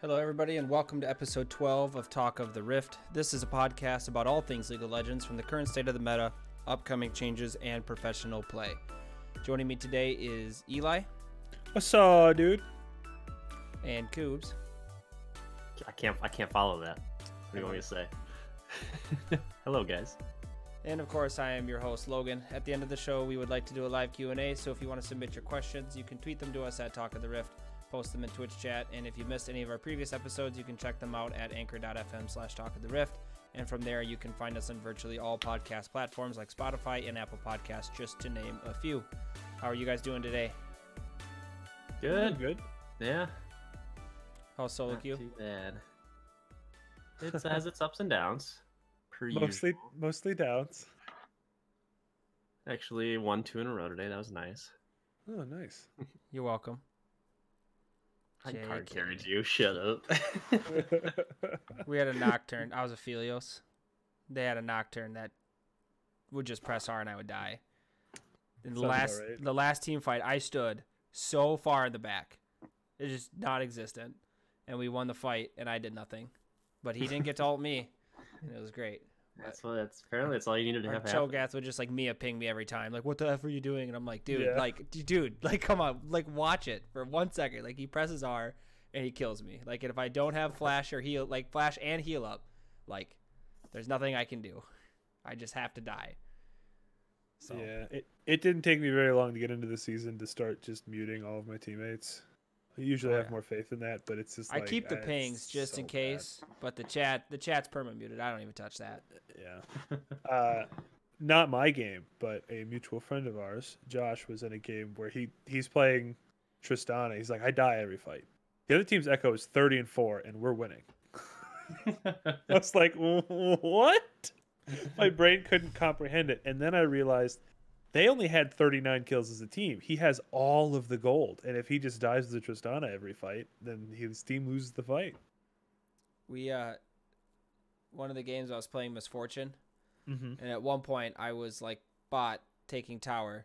Hello, everybody, and welcome to episode 12 of Talk of the Rift. This is a podcast about all things League of Legends, from the current state of the meta, upcoming changes, and professional play. Joining me today is Eli What's up, dude? and Coobs. I can't. I can't follow that. What do you want me to say? Hello, guys. And of course, I am your host Logan. At the end of the show, we would like to do a live Q&A, so if you want to submit your questions, you can tweet them to us at Talk of the Rift, post them in Twitch chat, and if you missed any of our previous episodes, you can check them out at anchor.fm slash Talk of the Rift. And from there, you can find us on virtually all podcast platforms like Spotify and Apple Podcasts, just to name a few. How are you guys doing today? Good. good. Yeah. How's solo Not queue? too bad. It has its ups and downs. Per Mostly, usual. mostly downs. Actually, won two in a row today. That was nice. Oh, nice. You're welcome. I Yeah, card okay. carried you. Shut up. We had a Nocturne. I was a Philios. They had a Nocturne that would just press R and I would die. In the Sounds last about right. the last team fight, I stood so far in the back. It's just non existent. And we won the fight and I did nothing. But he didn't get to ult me. And it was great. that's what. That's apparently that's all you needed to Or have. happen. Cho'Gath would just like Mia ping me every time. Like, what the F are you doing? And I'm like, dude, Yeah. like, d- dude, like, come on, like, watch it for one second. Like, he presses R and he kills me. Like, and if I don't have flash or heal, like, flash and heal up, like, there's nothing I can do. I just have to die. So, Yeah, it, it didn't take me very long to get into the season to start just muting all of my teammates. I usually Oh, have yeah. more faith in that, but it's just I like, keep the ah, it's pings just in so bad. case, but the chat, the chat's perma muted. I don't even touch that. Yeah. Uh, not my game, but a mutual friend of ours, Josh, was in a game where he he's playing Tristana. He's like, I die every fight. The other team's echo is thirty and four, and we're winning. I was like, what? My brain couldn't comprehend it. And then I realized they only had 39 kills as a team. He has all of the gold. And if he just dies to Tristana every fight, then his team loses the fight. We, uh, one of the games I was playing Misfortune, Mm-hmm. And at one point, I was like bot taking tower,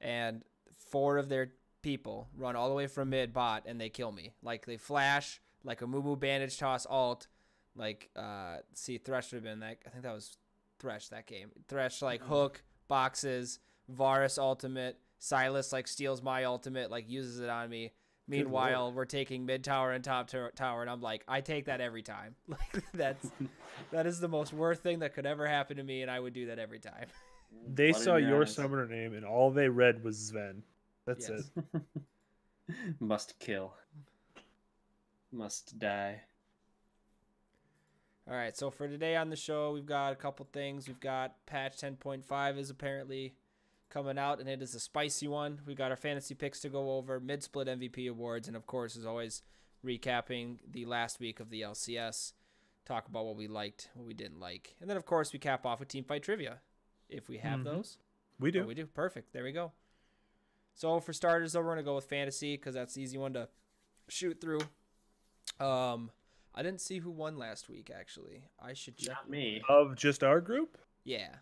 and four of their people run all the way from mid bot, and they kill me. Like they flash, like a Mumu bandage toss alt, like uh see Thresh would have been that. I think that was Thresh that game. Thresh like hook boxes, Varus ultimate, Silas like steals my ultimate, like uses it on me. Meanwhile, we're taking mid tower and top tower, tower, and I'm like, I take that every time. Like that's that is the most worst thing that could ever happen to me, and I would do that every time. They Blood in saw your, eyes. summoner name, and all they read was Sven. That's Yes. it. Must kill. Must die. All right, so for today on the show, we've got a couple things. We've got patch 10.5 is apparently coming out, and it is a spicy one. We've got our fantasy picks to go over, mid split MVP awards, and of course, as always, recapping the last week of the LCS, talk about what we liked, what we didn't like. And then, of course, we cap off with team fight trivia if we have Mhm. those. We do. Oh, we do. Perfect. There we go. So for starters, though, we're gonna go with fantasy because that's the easy one to shoot through. Um, I didn't see who won last week. Actually, I should check. Not me. Of just our group, Yeah.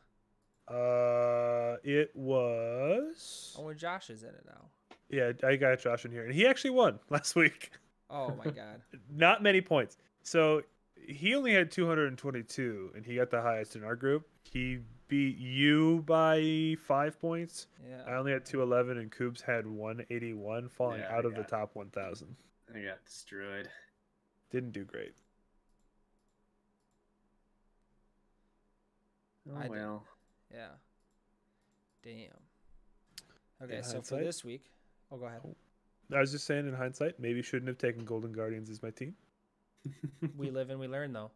uh, it was. Oh, and Josh is in it now. Yeah, I got Josh in here, and he actually won last week. Oh my God. not many points. So he only had 222, and he got the highest in our group. He beat you by five points. I Yeah. only had 211, and Coops had 181, falling Yeah, I out of the got- top 1,000. I got destroyed. Didn't do great. Oh I did. well. Yeah. Damn. Okay, In so for hindsight- this week, oh, go ahead. I was just saying, in hindsight, maybe shouldn't have taken Golden Guardians as my team. We live and we learn, though.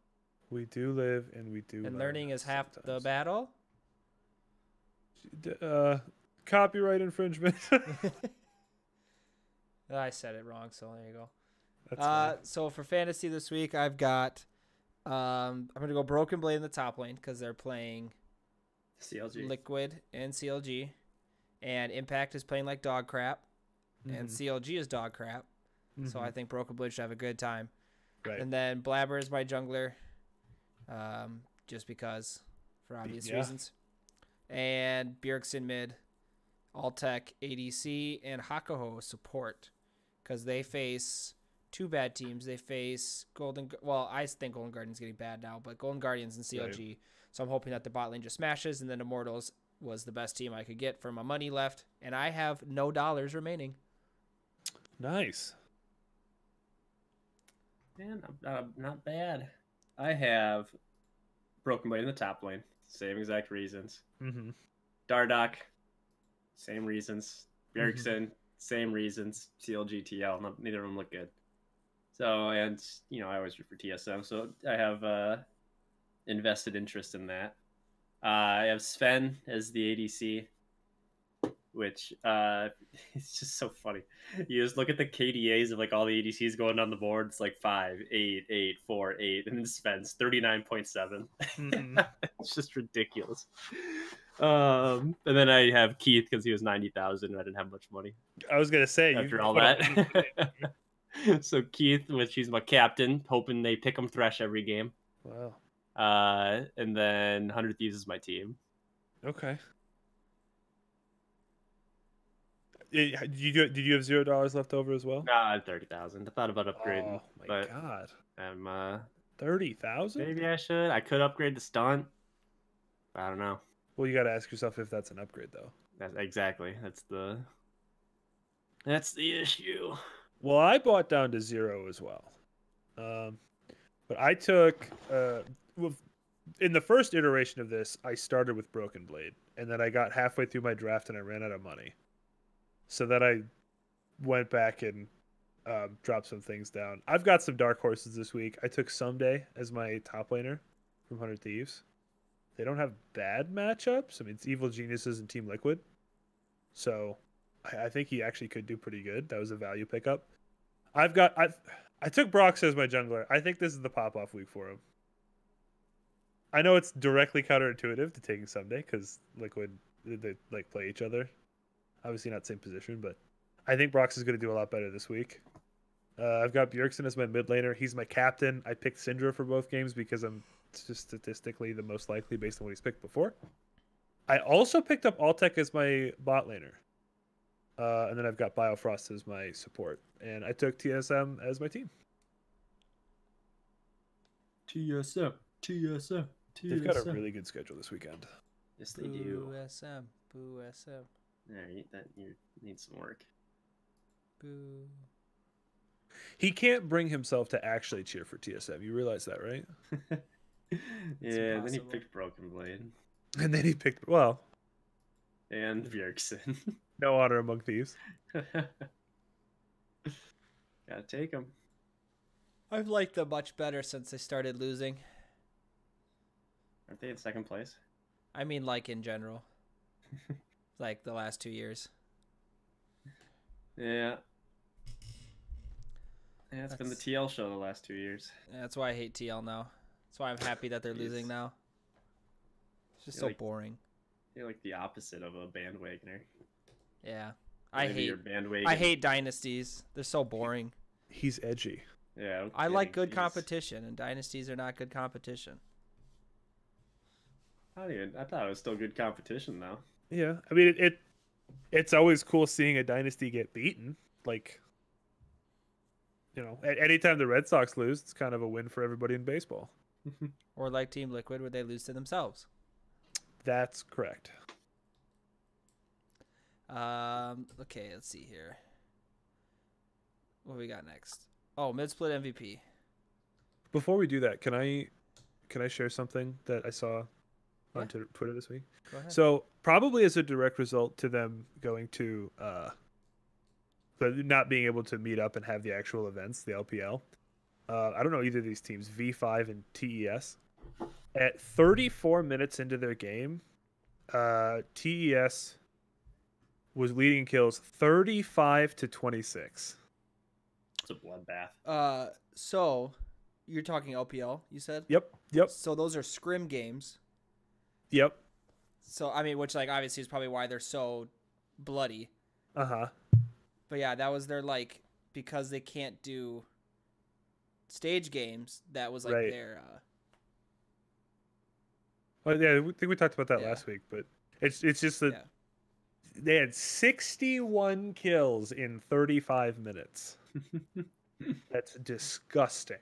We do live, and we do. And learn learning is half the sometimes. battle. D- Uh, copyright infringement. I said it wrong, so there you go. That's Uh, fine. so for fantasy this week, I've got um, I'm gonna go Broken Blade in the top lane because they're playing CLG. Liquid and CLG, and Impact is playing like dog crap, and Mhm, CLG is dog crap. So I mhm, think Broken Blade should have a good time. right. And then Blabber is my jungler, um, just because, for obvious yeah. reasons. And Bjergsen mid, Altec ADC, and Hakuho support, because they face two bad teams. They face Golden. Gu- Well, I think Golden Guardians getting bad now, but Golden Guardians and CLG. So I'm hoping that the bot lane just smashes, and then Immortals was the best team I could get for my money left, and I have no dollars remaining. Nice. Man, I'm not, I'm not bad. I have Broken Blade in the top lane, same exact reasons. Mm-hmm. Dardock, same reasons. Bjergsen, same reasons. CLGTL, no, neither of them look good. So, and, you know, I always root for TSM, so I have uh, invested interest in that. Uh, I have Sven as the ADC, which uh, it's just so funny. You just look at the KDAs of like all the ADCs going on the board. It's like five, eight, eight, four, eight, and then Sven's thirty nine point seven Mm-hmm. it's just ridiculous. Um, and then I have Keith because he was ninety thousand, and I didn't have much money I was gonna say you after all put up- that. so Keith, which he's my captain, hoping they pick him thresh every game. wow. Uh, and then Hundred Thieves is my team. Okay. Eh, Did you do- did you have zero dollars left over as well? Ah, thirty thousand. I thought about upgrading, Oh my but god, I'm uh, thirty thousand? maybe I should. I could upgrade to stunt. I don't know. Well, you got to ask yourself if that's an upgrade though. That's exactly. That's the. That's the issue. Well, I bought down to zero as well, um, but I took uh, well, in the first iteration of this, I started with Broken Blade, and then I got halfway through my draft and I ran out of money, so then I went back and um, dropped some things down. I've got some dark horses this week. I took Someday as my top laner from Hundred Thieves. They don't have bad matchups. I mean, it's Evil Geniuses and Team Liquid, so I, I think he actually could do pretty good. That was a value pickup. I've got I I took Brox as my jungler. I think this is the pop off week for him. I know it's directly counterintuitive to taking someday because Liquid they, they like play each other. Obviously not same position, but I think Brox is going to do a lot better this week. Uh, I've got Bjergsen as my mid laner. He's my captain. I picked Syndra for both games because I'm just statistically the most likely based on what he's picked before. I also picked up Altec as my bot laner. Uh, and then I've got Biofrost as my support, and I took TSM as my team. TSM, TSM, TSM. They've got a really good schedule this weekend. Yes, they Boo do. SM, boo SM, There, you, that you need some work. boo. He can't bring himself to actually cheer for TSM. You realize that, right? yeah, then he impossible. picked Broken Blade And then he picked well, and Bjergsen. no honor among thieves. Gotta take him. I've liked them much better since they started losing. Aren't they in second place? I mean, like in general, like the last two years. Yeah. Yeah, it's been the That's- TL show the last two years. That's why I hate TL now. That's why I'm happy that they're losing Jeez. now. It's just Yeah, so like- boring. You're like the opposite of a bandwagoner. Yeah, I Maybe hate you're bandwagon. I hate dynasties. They're so boring. He's edgy. Yeah. I like good competition. competition, and dynasties are not good competition. I don't even. I thought it was still good competition though. Yeah, I mean it. it it's always cool seeing a dynasty get beaten. Like, you know, at any time the Red Sox lose, it's kind of a win for everybody in baseball. Or like Team Liquid, where they lose to themselves. That's correct. Um. Okay, let's see here. What we got next? Oh, mid split MVP. Before we do that, can I can I share something that I saw Yeah. on Twitter Twitter this week? Go ahead. So probably as a direct result to them going to uh, the not being able to meet up and have the actual events, the LPL. Uh, I don't know either of these teams, V5 and TES. At 34 minutes into their game, uh, TES was leading kills 35 to 26. It's a bloodbath. uh, so you're talking LPL, you said. Yep, yep, So those are scrim games. yep. So I mean, which like obviously is probably why they're so bloody. Uh huh. But yeah, that was their like because they can't do stage games. That was like Right. their uh, Well, yeah, I think we talked about that Yeah. last week, but it's it's just that Yeah. they had 61 kills in 35 minutes. That's disgusting.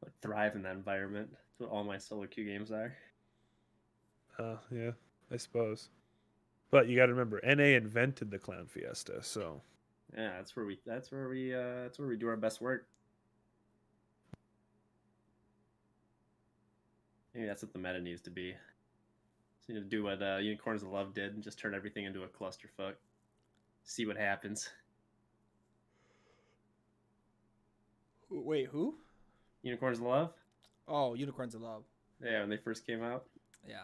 But thrive in that environment. That's what all my solo queue games are. Uh, yeah, I suppose. But you got to remember, NA invented the Clown Fiesta, so Yeah, that's where we. That's where we. Uh, that's where we do our best work. Maybe that's what the meta needs to be. So you need to do what uh, Unicorns of Love did and just turn everything into a clusterfuck. See what happens. Wait, who? Unicorns of Love. Oh, Unicorns of Love. Yeah, when they first came out. Yeah.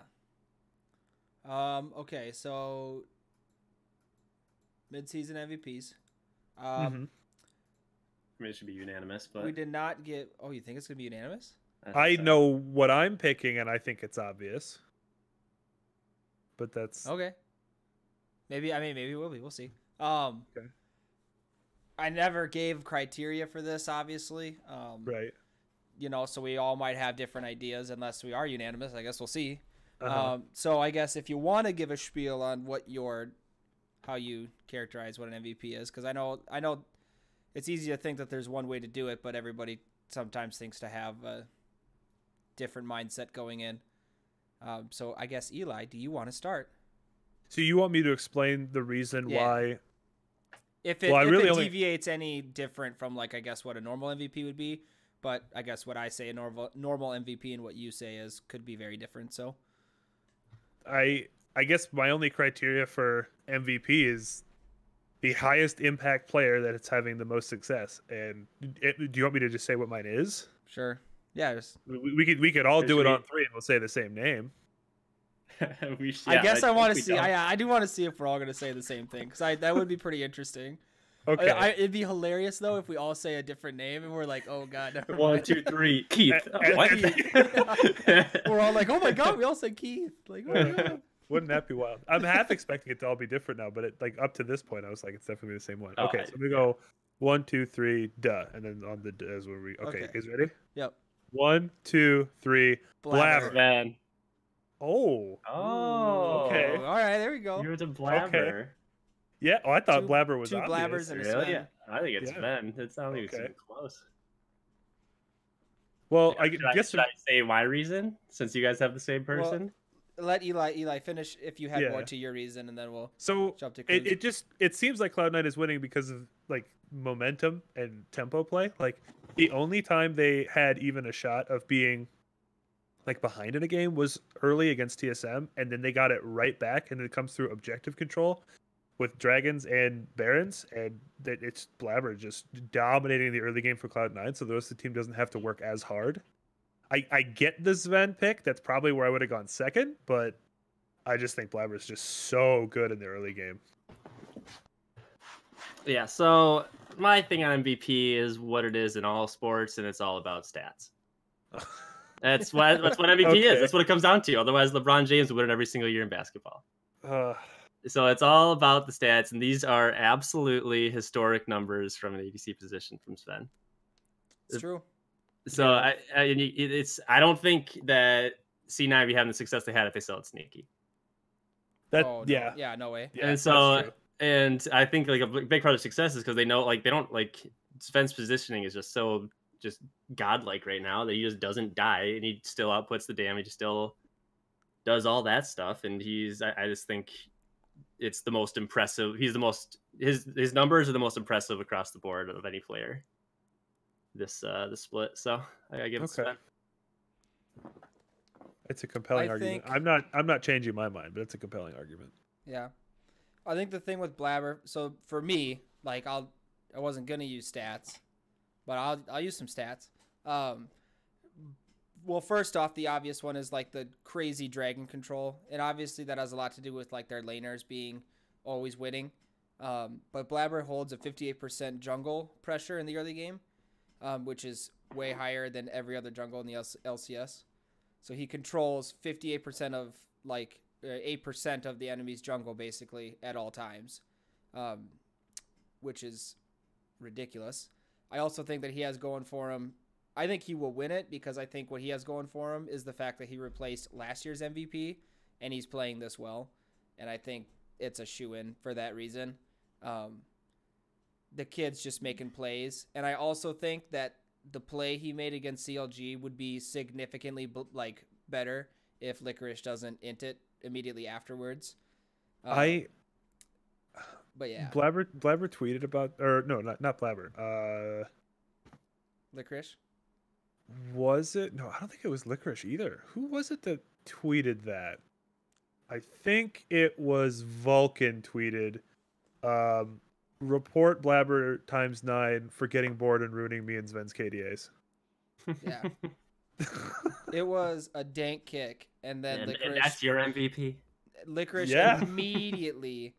Um. Okay. So. Mid-season MVPs. Um. mhm. I mean, it should be unanimous, but We did not get. Oh, you think it's gonna be unanimous? think I so. know what I'm picking, and I think it's obvious. But that's Okay. Maybe I mean maybe it will be. We'll see. Um. Okay. I never gave criteria for this, obviously. Um, right. You know, so we all might have different ideas, unless we are unanimous. I guess we'll see. Uh-huh. Um, so I guess if you want to give a spiel on what your, how you characterize what an MVP is, because I know I know, it's easy to think that there's one way to do it, but everybody sometimes thinks to have a different mindset going in. Um, so I guess Eli, do you want to start? so you want me to explain the reason Yeah. why? If it, Well, I if really it only- deviates any different from like I guess what a normal MVP would be, but I guess what I say a normal normal MVP and what you say is could be very different. So I I guess my only criteria for MVP is the highest impact player that it's having the most success. And it, do you want me to just say what mine is? sure, yeah. Just, We, we could we could all do Should it we- on three, and we'll say the same name. uh, we should, I guess I, want to see. I, I, I do want to see if we're all going to say the same thing because I that would be pretty interesting. Oh, I- Okay. I, it'd be hilarious though if we all say a different name and we're like, oh god, never One, mind." two, three. Keith. Uh, What? We're all like, oh my god, we all said Keith. Like, oh, my God. Wouldn't that be wild? I'm half expecting it to all be different now, but it, like up to this point, I was like, it's definitely the same one. Oh, okay, I- so we go one, two, three, duh, and then on the duh is where we. Okay. Okay, you guys ready? yep. One, two, three. Blabber. Blabber. Then. Oh, oh. Oh, Okay. all right, there we go. You're the blabber. yeah. Oh, I thought Two- blabber was two obvious. blabbers and a Really? Sven. Yeah. I think it's Yeah. Ben. It's not even Okay. super close. Well, I should, guess should I say my reason since you guys have the same Well, person? Let Eli Eli finish if you had more Yeah. to your reason, and then we'll so. jump to Cruz. It, it just it seems like Cloud Nine is winning because of like momentum and tempo play. Like the only time they had even a shot of being like behind in a game was early against TSM, and then they got it right back, and it comes through objective control with dragons and barons, and that it's blabber just dominating the early game for Cloud Nine, so the rest of the team doesn't have to work as hard. I, I get the Sven pick. That's probably where I would have gone second, but I just think Blabber is just so good in the early game. Yeah, so my thing on MVP is what it is in all sports, and it's all about stats. That's what that's what MVP Okay. is. That's what it comes down to. Otherwise, LeBron James would win it every single year in basketball. Uh, So it's all about the stats, and these are absolutely historic numbers from an ABC position from Sven. it's true. So I, I and you- it- it's I don't think that C9 would be having the success they had if they sell it sneaky. that oh no. yeah. yeah, no way. yeah, And that's so- true. And I think like a b- big part of success is because they know like they don't like Sven's positioning is just so just godlike right now that he just doesn't die and he still outputs the damage, he still does all that stuff, and he's I, I just think it's the most impressive. He's the most his his numbers are the most impressive across the board of any player. This uh the split, so I, I give it Okay. Sven. it's a compelling I argument. think- I'm not I'm not changing my mind, but it's a compelling argument. Yeah. I think the thing with Blabber, so for me, like I'll I wasn't gonna use stats, but I'll I'll use some stats. Um well first off the obvious one is like the crazy dragon control. And obviously that has a lot to do with like their laners being always winning. Um, but Blabber holds a 58% jungle pressure in the early game, um, which is way higher than every other jungle in the LC- LCS. So he controls 58% of like uh, eight percent of the enemy's jungle basically at all times, um, which is ridiculous. I also think that he has going for him. I think he will win it because I think what he has going for him is the fact that he replaced last year's MVP and he's playing this well, and I think it's a shoe in for that reason. Um, the kid's just making plays. And I also think that the play he made against CLG would be significantly b- like better if Licorice doesn't int it immediately afterwards. Uh, I but yeah, Blabber Blabber tweeted about or no, not not Blabber. Uh Licorice. was it no, I don't think it was Licorice either. Who was it that tweeted that? I think it was Vulcan tweeted um report Blabber times 9 for getting bored and ruining me and Sven's KDAs. Yeah, it was a dank kick, and then and, and Licorice. that's your MVP. Licorice Yeah. immediately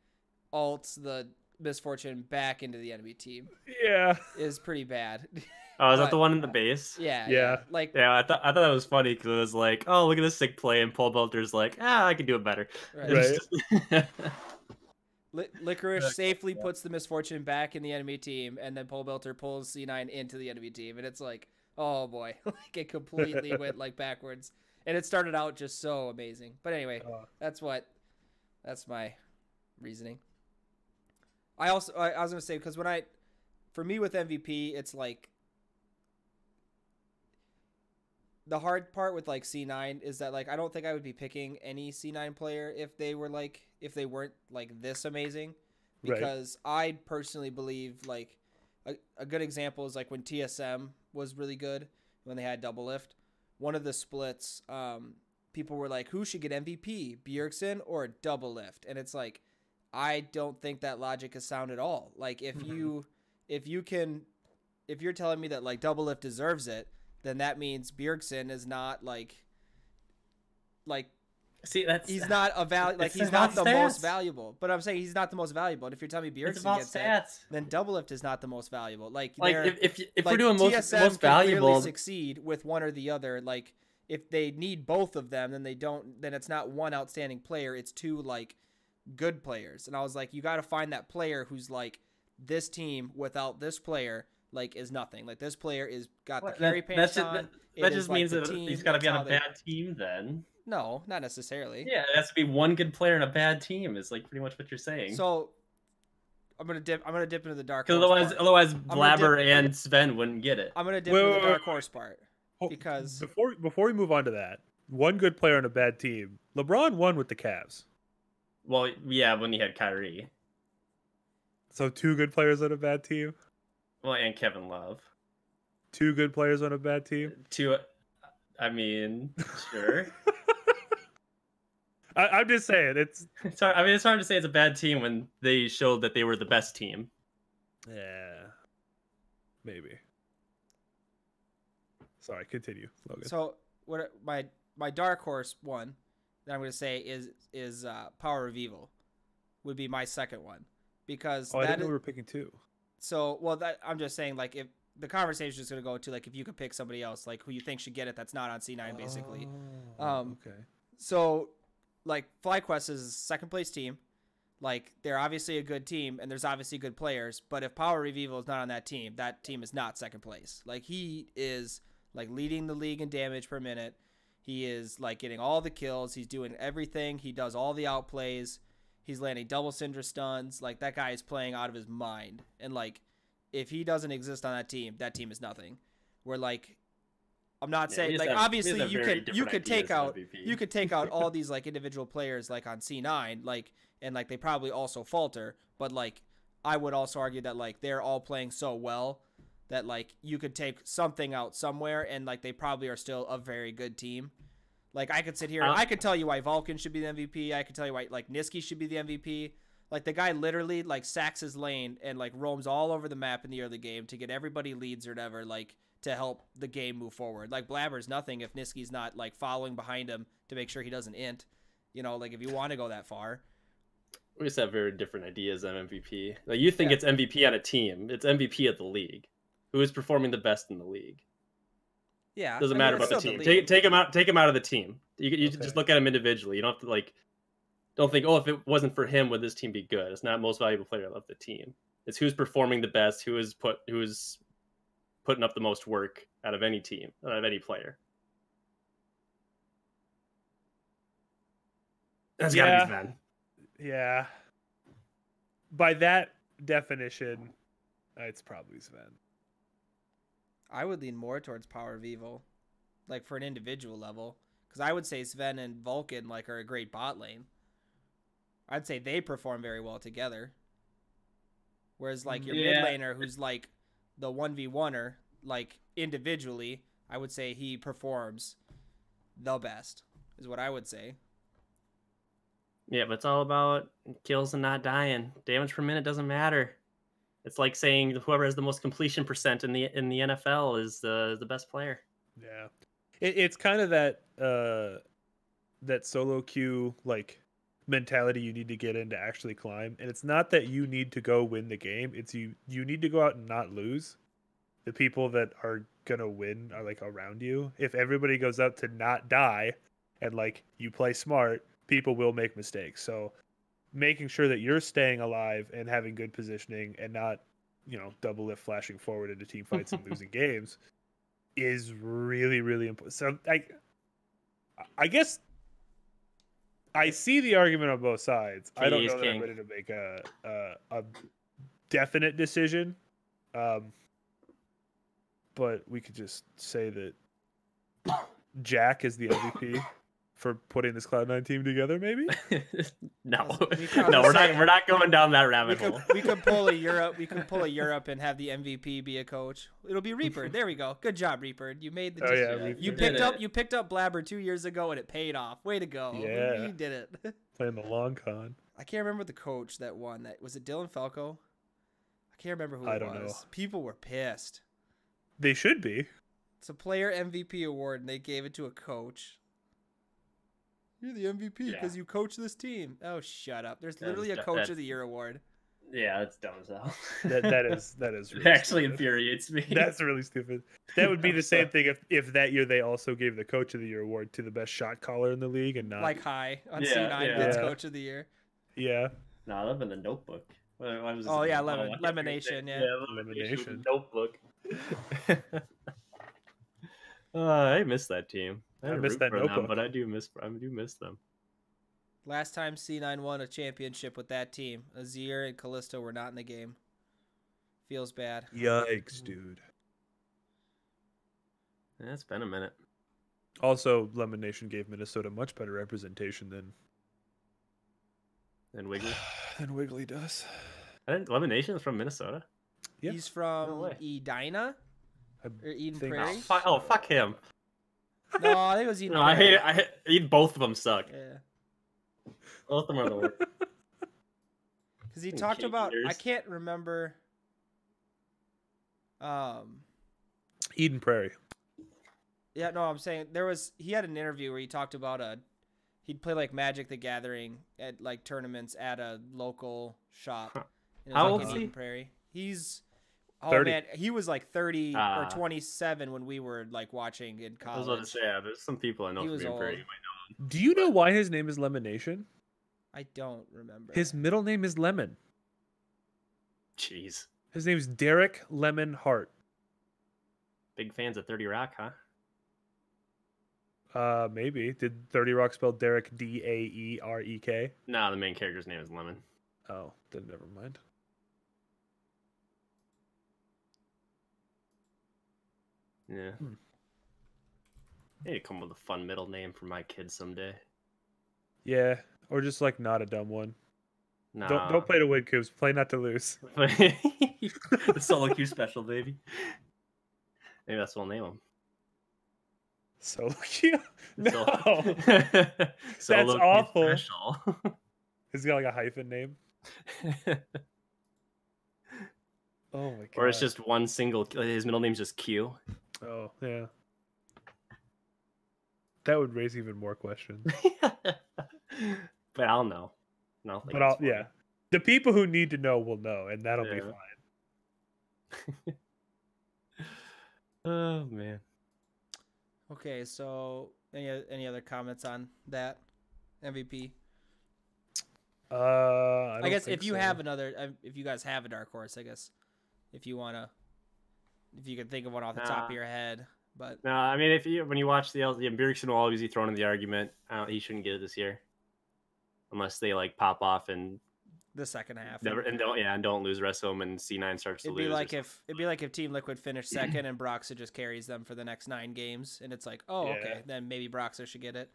alts the misfortune back into the enemy team yeah. is pretty bad. Oh, is that the But- one in the base? yeah, Yeah. Like Yeah, I thought I thought that was funny because it was like, oh, look at this sick play, and Paul Belter's like, ah, I can do it better. right. Right. It's just- Li- Licorice Yeah. safely puts the misfortune back in the enemy team, and then Pole Belter pulls C9 into the enemy team, and it's like, oh boy, like it completely went like backwards, and it started out just so amazing. But anyway, Uh, that's what, that's my reasoning. I also I, I was gonna say because when I, for me with MVP, it's like the hard part with like C9 is that like I don't think I would be picking any C9 player if they were like if they weren't like this amazing Right. because I personally believe like a, a good example is like when TSM was really good when they had double lift one of the splits um people were like who should get MVP Bjergsen or double lift and it's like I don't think that logic is sound at all like if Mhm. you if you can if you're telling me that like double lift deserves it then that means Bjergsen is not like like See, that's he's not a value like It's he's about not the most stats. valuable. But I'm saying he's not the most valuable. And if you're telling me Bjergsen gets it, then double lift is not the most valuable. Like Like they're- if if, if like, we're doing most, TSM most can clearly valuable, succeed with one or the other. Like if they need both of them, then they don't. Then it's not one outstanding player. It's two like good players. And I was like, you got to find that player who's like this team without this player like is nothing. Like this player is got What? the carry That- pants that's just- on. that- It that is, just like, means the that team, he's got to that's be on how a they- bad team then. No, not necessarily. Yeah, it has to be one good player and a bad team. Is like pretty much what you're saying. So I'm gonna dip. I'm gonna dip into the dark. because horse otherwise, part. otherwise gonna Blabber dip- and Sven wouldn't get it. I'm gonna dip Wait, into wait, the wait, dark wait. horse part oh, because before before we move on to that, one good player and a bad team. LeBron won with the Cavs. Well, yeah, when you had Kyrie, So two good players on a bad team. well, and Kevin Love. Two good players on a bad team. Two, I mean, sure. I, I'm just saying it's. It's hard, I mean, it's hard to say it's a bad team when they showed that they were the best team. Yeah. Maybe. Sorry. Continue, Logan. so what my my dark horse one that I'm gonna say is is uh, Power of Evil would be my second one because oh, I that didn't know is, we were picking two. so well that I'm just saying like if the conversation is gonna go to like if you could pick somebody else like who you think should get it that's not on C9 basically Oh, Um, okay. so like FlyQuest is a second place team. Like they're obviously a good team and there's obviously good players, but if Power Revival is not on that team, that team is not second place. Like he is like leading the league in damage per minute. He is like getting all the kills, he's doing everything, he does all the outplays, he's landing double Syndra stuns. Like that guy is playing out of his mind. And like if he doesn't exist on that team, that team is nothing. Where like I'm not Yeah, we saying just like have- we just obviously have you very can you different could take ideas of out MVP. you could take out all these like individual players like on C9 like and like they probably also falter but like I would also argue that like they're all playing so well that like you could take something out somewhere and like they probably are still a very good team. Like I could sit here, Uh, I could tell you why Vulcan should be the MVP. I could tell you why like Niski should be the MVP. Like the guy literally like sacks his lane and like roams all over the map in the early game to get everybody leads or whatever, like to help the game move forward. Like Blabber's nothing if Niski's not like following behind him to make sure he doesn't int. You know, like if you want to go that far. We just have very different ideas on MVP. Like you think Yeah. it's MVP on a team, it's MVP at the league. Who is performing the best in the league? Yeah. I Doesn't mean, matter it's about the still team. league. take take him out. Take him out of the team. You, you Okay. just look at him individually. You don't have to like. Don't think, oh, if it wasn't for him, would this team be good? It's not most valuable player of the team. It's who's performing the best, who is put, who is putting up the most work out of any team, out of any player. That's Yeah. gotta be Sven. Yeah. By that definition, uh, It's probably Sven. I would lean more towards Power of Evil, like for an individual level, because I would say Sven and Vulcan like are a great bot lane. I'd say they perform very well together. Whereas like your Yeah. mid laner, who's like the one v oneer, like individually, I would say he performs the best. Is what I would say. Yeah, but it's all about kills and not dying. Damage per minute doesn't matter. It's like saying whoever has the most completion percent in the in the NFL is the the best player. Yeah, it, it's kind of that uh, that solo queue like mentality you need to get in to actually climb. And it's not that you need to go win the game. It's you you need to go out and not lose. The people that are gonna win are like around you. If everybody goes out to not die, and like you play smart, people will make mistakes. So making sure that you're staying alive and having good positioning and not you know double lift flashing forward into team fights and losing games is really really important. So I, I guess I see the argument on both sides. I KD don't is know that I'm king. ready to make a a, a definite decision, um, but we could just say that Jack is the MVP for putting this Cloud Nine team together. Maybe no, We kinda no, we're say- not we're not going down that We rabbit could, hole. we could pull a Europe. We could pull a Europe and have the MVP be a coach. It'll be Reaper. There we go. Good job, Reaper. You made the. Oh, yeah, You Reaper. picked did up it. you picked up Blabber two years ago and it paid off. Way to go. You- Yeah. You did it. playing the long con. I can't remember the coach that won that was it Dylan Falco? I can't remember who I it don't know. was. People were pissed. They should be. It's a player MVP award and they gave it to a coach. You're the MVP because you coach this team. Oh shut up. There's That literally is a ju- coach that- of the year award. Yeah, that's dumb as hell. That that is that is It really actually stupid. infuriates me. That's really stupid. That would be the same thing if, if that year they also gave the coach of the year award to the best shot caller in the league and not Like high on Yeah, C9 yeah. gets Yeah. coach of the year. yeah no, I live in the Notebook. What, what was Oh, it? yeah, I lemon- don't know. lemonation, yeah. Elimination. Notebook. uh, I miss that team. I don't miss root that for them, notebook. but I do miss I do miss them. Last time C9 won a championship with that team, Azir and Callisto were not in the game. Feels bad. yikes dude. Yeah, it's been a minute. Also, Lemon Nation gave Minnesota much better representation than And Wiggly. than Wiggly does. I didn't, Lemon Nation is from Minnesota. Yeah. He's from way. Edina I or Eden think- Oh Prairie. fuck, oh, fuck him. No, I think it was Eden No, I Prairie. hate. I hate, even both of them suck. Yeah, Both of them are the worst. because he Hey, talked cake about. I eaters. can't remember. Um. Eden Prairie. Yeah, no, I'm saying there was. He had an interview where he talked about a. He'd play like Magic the Gathering at like tournaments at a local shop. Huh. and it was, How like, old in is Eden he? Prairie. He's. Oh 30. man, he was like 30 or Ah. 27 when we were like watching in I college. was about to say, yeah, there's some people I know He from was Green Prairie. old. You might Do you know why his name is Lemon Nation? I don't remember. His middle name is Lemon. know. Jeez, His name's Derek Lemon Hart. big fans of Thirty Rock, huh? Uh, maybe did Thirty Rock spell Derek D A E R E K? No, the main character's name is Lemon. Oh, then never mind. Yeah. Hmm. I need to come up with a fun middle name for my kids someday. Yeah, or just like not a dumb one. No. Don't don't play to win, Coops. Play not to lose. the solo queue special, baby. Maybe that's what I'll name him. Solo queue. The No, Solo, Solo Queue awful. Special. he's got like a hyphen name. Oh my god. or it's just one single. His middle name's just Q. Oh yeah. That would raise even more questions. but I'll know. And I'll think it's but I'll funny. yeah, the people who need to know will know, and that'll be Yeah. fine. Oh man. Okay, so any o- any other comments on that MVP? Uh, I, I, don't guess think if you so. have another, uh, if you guys have a dark horse, I guess if you wanna, if you can think of one off the top of Nah. your head, but No, I mean if you when you watch the LZ, Bjergsen will always be thrown in the argument. Uh, he shouldn't get it this year, unless they like pop off and the second half. Never and don't yeah and don't lose the rest of them and C nine starts it'd to lose. be or like if it'd be like if Team Liquid finished second and Broxa just carries them for the next nine games, and it's like, oh, Yeah. okay, then maybe Broxa should get it.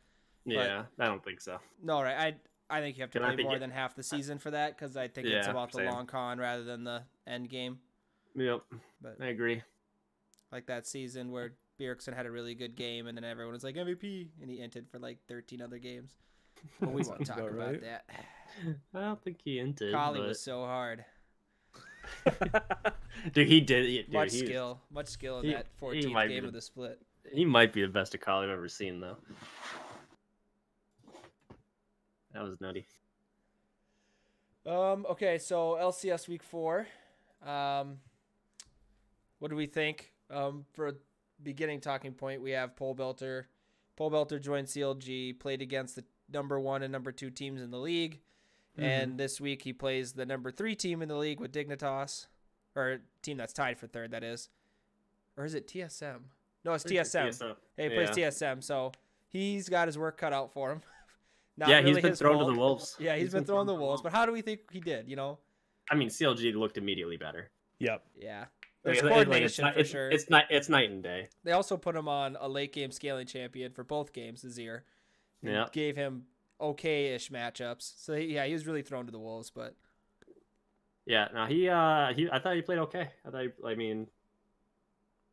something. yeah I don't think so. No, right? I I think you have to Then I play think more it- than half the season for that because I think it's Yeah, about the same. long con rather than the end game. Yep, But I agree. like that season where Bjergsen had a really good game, and then everyone was like MVP, and he entered for like 13 other games. But we won't Sounds talk about about right. that. I don't think he entered. Collie but- was so hard. dude, he did. Dude, much he, skill, much skill in he- that he 14th might be game the- of the split. He might be the best of Collie I've ever seen though. That was nutty. Um. Okay. So LCS week four. Um. What do we think? Um. For a beginning talking point, we have Pole Belter. Pole Belter joined CLG. Played against the number one and number two teams in the league, Mm-hmm. and this week he plays the number three team in the league with Dignitas, or team that's tied for third. That is, or is it TSM? No, it's TSM. Hey, he plays TSM. So he's got his work cut out for him. Not yeah, he's really been his thrown fault. to the wolves. Yeah, he's been throwing the wolves, but how do we think he did? You know? I mean, CLG looked immediately better. Yep. Yeah. Like, There's it- like, it's, coordination not- for it's, sure. it's night. It's night and day. They also put him on a late game scaling champion for both games, Azir. and Yeah. Gave him okay-ish matchups. So he- yeah, he was really thrown to the wolves, but Yeah. No, he. Uh, he. I thought he played okay. I thought. He, I mean,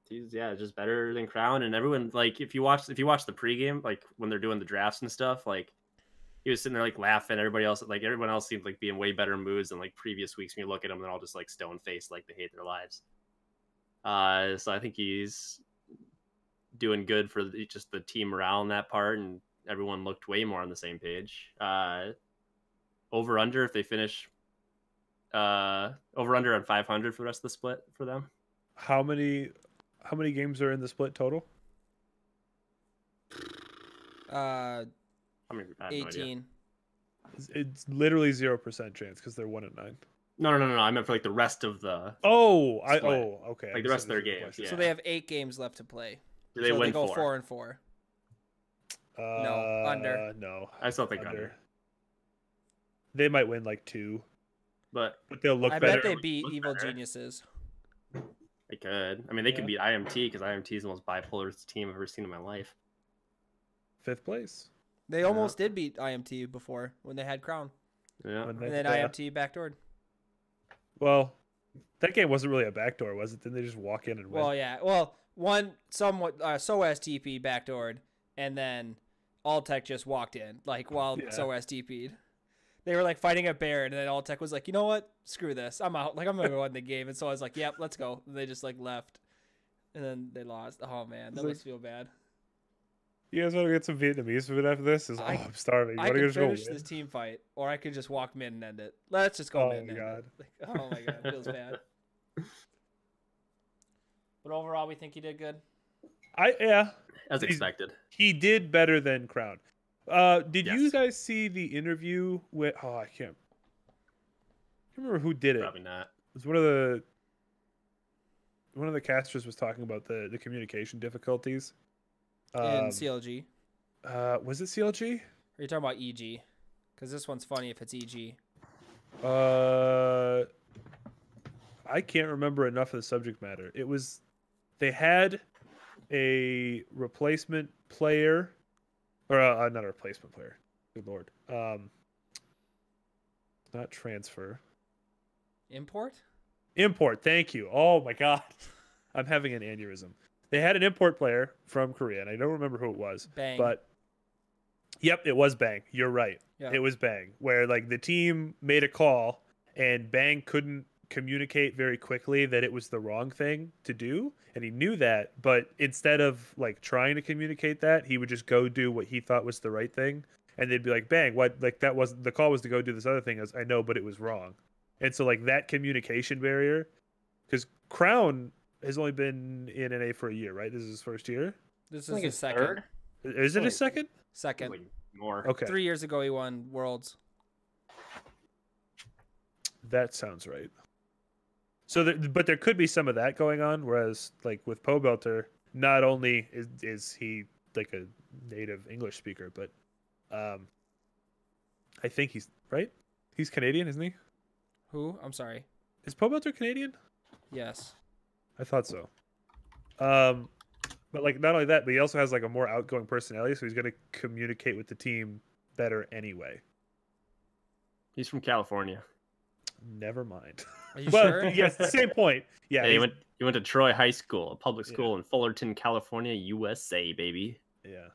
he's yeah, just better than Crown and everyone. Like, if you watch, if you watch the pregame, like when they're doing the drafts and stuff, like he was sitting there like laughing. Everybody else, like everyone else, seemed like being way better in moods than like previous weeks. When you look at them, they're all just like stone faced, like they hate their lives. Uh, so I think he's doing good for the, just the team morale in that part, and everyone looked way more on the same page. Uh, over under if they finish uh over under on 500 for the rest of the split for them How many how many games are in the split total? uh i mean I have no idea. 18. It's, it's literally zero percent chance because they're one at nine. no no no no i meant for like the rest of the Oh, I Split. oh okay. I Like the rest of their misunderstood games, question. So yeah. they have 8 games left to play. do they so win they go four? 4 and 4. No, Uh, under. No, i still think under, They might win like two, but but they'll look I better. bet they Look beat Evil better. Geniuses. they could i mean they could Yeah. beat imt because imt is the most bipolar team i've ever seen in my life Fifth place. They almost did beat IMT before when they had Crown. yeah when Uh, And they- then yeah. IMT backdoored. Well, that game wasn't really a backdoor, was it? Didn't they just walk in and win? Well, yeah. Well, one somewhat uh, SOAS TP backdoored, and then Alltech just walked in like while Yeah. SOAS TP'd. They were like fighting a bear, and then Alltech was like, "You know what? Screw this. I'm out. Like I'm gonna go in the game." And so I was like, "Yep, let's go." And they just like left, and then they lost. Oh man, that It's like- must feel bad. You guys want to get some Vietnamese food after this? Is oh, I- I'm starving. I What are you could guys going finish to this team fight, or I could just walk mid and end it. Let's just go Oh mid. and my end it. Like, oh my god, it feels bad. But overall, we think he did good. I yeah. as He's- expected He did better than Crown. Uh, did you Yes. guys see the interview with? Oh, I can't. I can't remember who did it. probably not It was one of the one of the casters was talking about the the communication difficulties. in Um, CLG. uh, was it CLG? Are you talking about EG? Because this one's funny if it's E EG. Uh, I can't remember enough of the subject matter. It was they had a replacement player, or uh, uh, not a replacement player. Good lord, um, not transfer, Import? import. Thank you. Oh my god, I'm having an aneurysm. They had an import player from Korea, and I don't remember who it was, Bang. but yep, it was Bang. You're right. yeah. It was Bang, where like the team made a call and Bang couldn't communicate very quickly that it was the wrong thing to do. And he knew that, but instead of like trying to communicate that, he would just go do what he thought was the right thing. And they'd be like, Bang, what? Like that was the call was to go do this other thing. As I know, but it was wrong. And so like that communication barrier, because Crown has only been in NA for a year, right? This is his first year. this I is think his it's second. third. Is it Wait. his second? Second. like more Okay, Three years ago, he won Worlds. That sounds right. So, there, but there could be some of that going on. Whereas, like with Poe Belter, not only is, is he like a native English speaker, but um, I think he's right. He's Canadian, isn't he? Who? I'm sorry. Is Poe Belter Canadian? Yes. I thought so. Um, but like not only that, but he also has like a more outgoing personality, so he's gonna communicate with the team better anyway. He's from California. Never mind. Are you well, sure? yes, the same point. Yeah, Yeah, he he's- went he went to Troy High School, a public Yeah. school in Fullerton, California, USA, baby. yeah.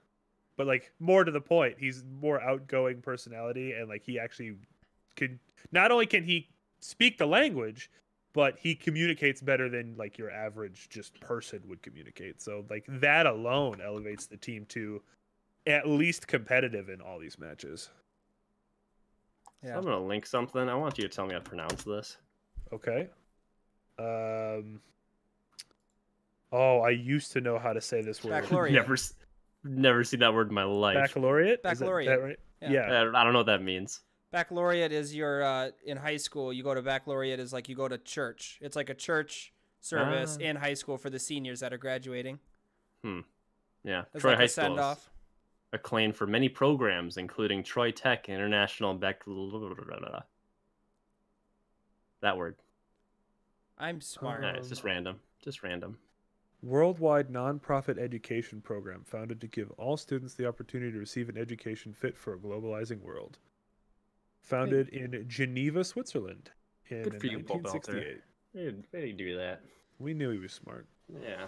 But like more to the point, he's more outgoing personality, and like he actually could not only can he speak the language, but he communicates better than like your average just person would communicate. So like that alone elevates the team to at least competitive in all these matches. Yeah. I'm gonna link something. I want you to tell me how to pronounce this. Okay. Um. Oh, I used to know how to say this word. Baccalaureate. Never, s- never seen that word in my life. Baccalaureate. Is that- Baccalaureate. that right? Yeah. Yeah. Uh, I don't know what that means. Baccalaureate is your uh, in high school. You go to baccalaureate is like you go to church. It's like a church service Ah. in high school for the seniors that are graduating. Yeah, It's Troy like High a send School is off. acclaimed for many programs, including Troy Tech International Bac. That word. I'm smart. Yeah, it's just random. Just random. Worldwide nonprofit education program founded to give all students the opportunity to receive an education fit for a globalizing world. Founded in Geneva, Switzerland in Good for you, Paul Belter. 1968. Way to- way to do that. We knew he was smart. Yeah.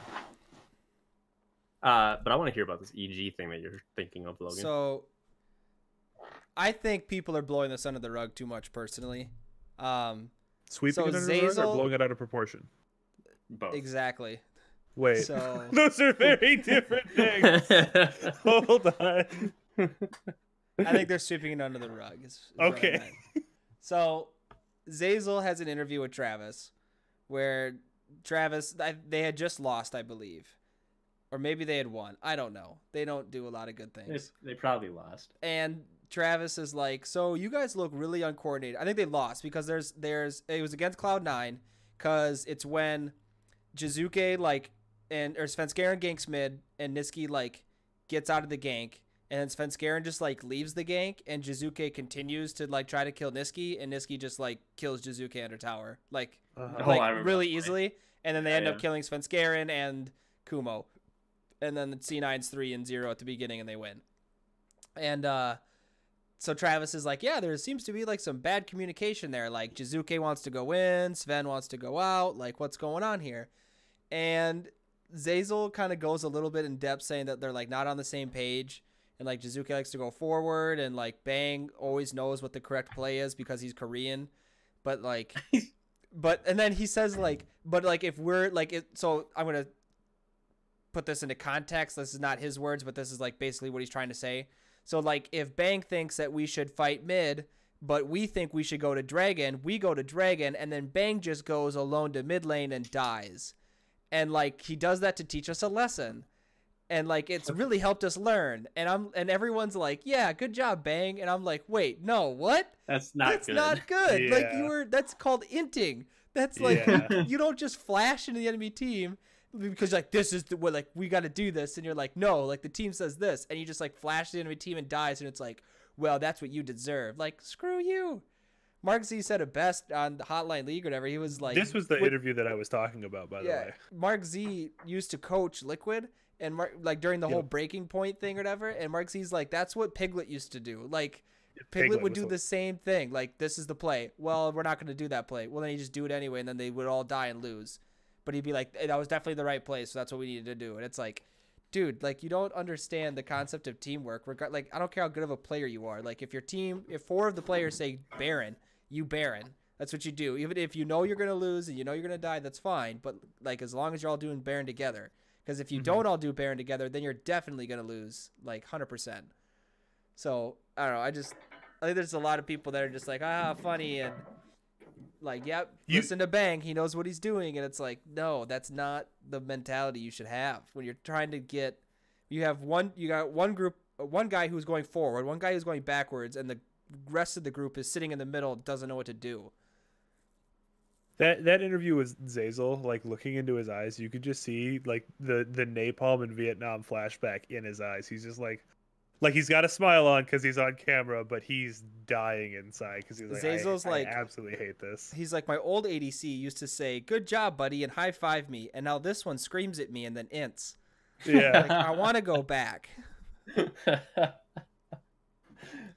Uh, but I want to hear about this EG thing that you're thinking of, Logan. So I think people are blowing this under the rug too much personally. Um, Sweeping So it under the rug Zazel- or blowing it out of proportion. Oh. Both. exactly. Wait, So those are very different things. Hold on. I think they're sweeping it under the rug. is- is what I Okay. meant. So Zazel has an interview with Travis where Travis, I, they had just lost, I believe. Or maybe they had won. I don't know. They don't do a lot of good things. It's- they probably lost. And Travis is like, "So you guys look really uncoordinated." I think they lost because there's there's it was against Cloud Nine because it's when Jizuke like and or Svenskeren ganks mid and Niski like gets out of the gank and then Svenskeren just like leaves the gank and Jizuke continues to like try to kill Niski and Niski just like kills Jizuke under tower like Uh-huh. Oh, like I remember really that play. easily and then they Yeah, end up yeah. killing Svenskeren and Kumo and then C9's 3 and 0 at the beginning and they win and uh so Travis is like, yeah, there seems to be like some bad communication there. Like Jizuke wants to go in, Sven wants to go out. Like, what's going on here? And Zazel kind of goes a little bit in depth, saying that they're like not on the same page, and like Jizuke likes to go forward, and like Bang always knows what the correct play is because he's Korean, but like, but and then he says like, but like if we're like it, so I'm gonna put this into context. This is not his words, but this is like basically what he's trying to say. So like if Bang thinks that we should fight mid, but we think we should go to Dragon, we go to Dragon, and then Bang just goes alone to mid lane and dies. And like he does that to teach us a lesson. And like it's really helped us learn. And I'm and everyone's like, Yeah, good job, Bang. And I'm like, wait, no, what? That's not that's not good. Like you Yeah. were that's called inting. That's like Yeah. you don't just flash into the enemy team because like this is the what like we got to do this and you're like no like the team says this and you just like flash the enemy team and dies and it's like well that's what you deserve like screw you mark z said it best on the hotline league or whatever he was like this was the when- interview that I was talking about, by the way. Mark Z used to coach Liquid and Mark like during the Yep. whole breaking point thing or whatever, and Mark Z's like, that's what Piglet used to do. Like Piglet, Piglet would was do the- the same thing. Like, this is the play. Well, we're not gonna do that play. Well then you just do it anyway, and then they would all die and lose. But he'd be like, "Hey, that was definitely the right play, so that's what we needed to do. And it's like Dude, like you don't understand the concept of teamwork. Reg- like I don't care how good of a player you are. Like if your team, if four of the players say Baron, you Baron. That's what you do. Even if you know you're gonna lose and you know you're gonna die, that's fine. But like as long as you're all doing Baron together, because if you Mhm. don't all do Baron together, then you're definitely gonna lose like hundred percent. So I don't know. I just I think there's a lot of people that are just like ah funny and like yep You- listen to Bang he knows what he's doing and it's like no that's not the mentality you should have when you're trying to get you have one you got one group one guy who's going forward one guy who's going backwards and the rest of the group is sitting in the middle doesn't know what to do That that interview with Zazel, like looking into his eyes, you could just see like the the napalm and Vietnam flashback in his eyes. He's just like, Like he's got a smile on because he's on camera, but he's dying inside because he's like, I- Zazel's I like- absolutely hate this. He's like, my old ADC used to say, good job, buddy, and high five me. And now this one screams at me and then ints. Like, Yeah, I want to go back.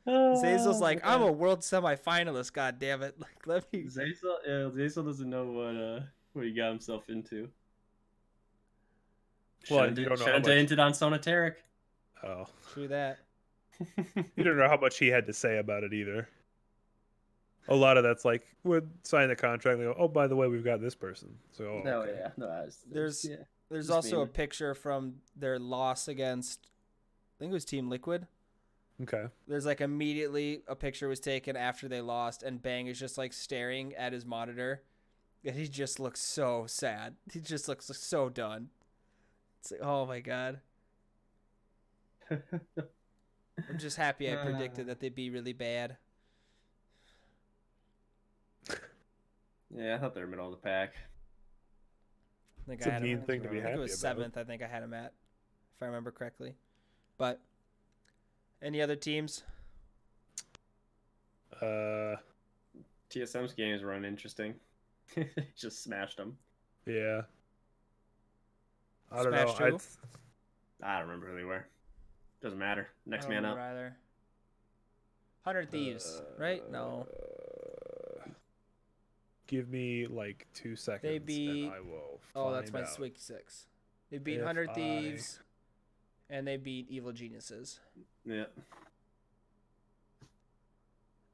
Oh, Zazel's like, I'm a world semifinalist, god damn it. Like, let me. Zazel, uh, Zazel doesn't know what uh what he got himself into. Well, Shouldn't you do- don't know how shouldn't much- have hinted on Sonateric. oh, True that. you don't know how much he had to say about it either. A lot of that's like we're signing the contract. They go, oh, by the way, we've got this person. So oh, no, okay. yeah, no. I was, There's- yeah. There's Just also a meme. picture from their loss against, I think it was Team Liquid. okay. There's like immediately a picture was taken after they lost, and Bang is just like staring at his monitor, and he just looks so sad. He just looks so done. It's like, oh my god. I'm just happy I predicted that they'd be really bad. yeah, I thought they were middle of the pack. I think It's a I had 'em- mean thing to I be think happy it about. was seventh. I think I had him at, if I remember correctly. But any other teams? Uh, TSM's games were uninteresting. Just smashed them. yeah. I don't Smash know. I, two? I don't remember who they were. Doesn't matter. Next I don't man up. remember Either. Hundred Thieves, right? No, Uh, Give me like two seconds. and beat- I will Oh, that's my find out. Swig Six. They beat If 100 I- Thieves, and they beat Evil Geniuses. Yeah.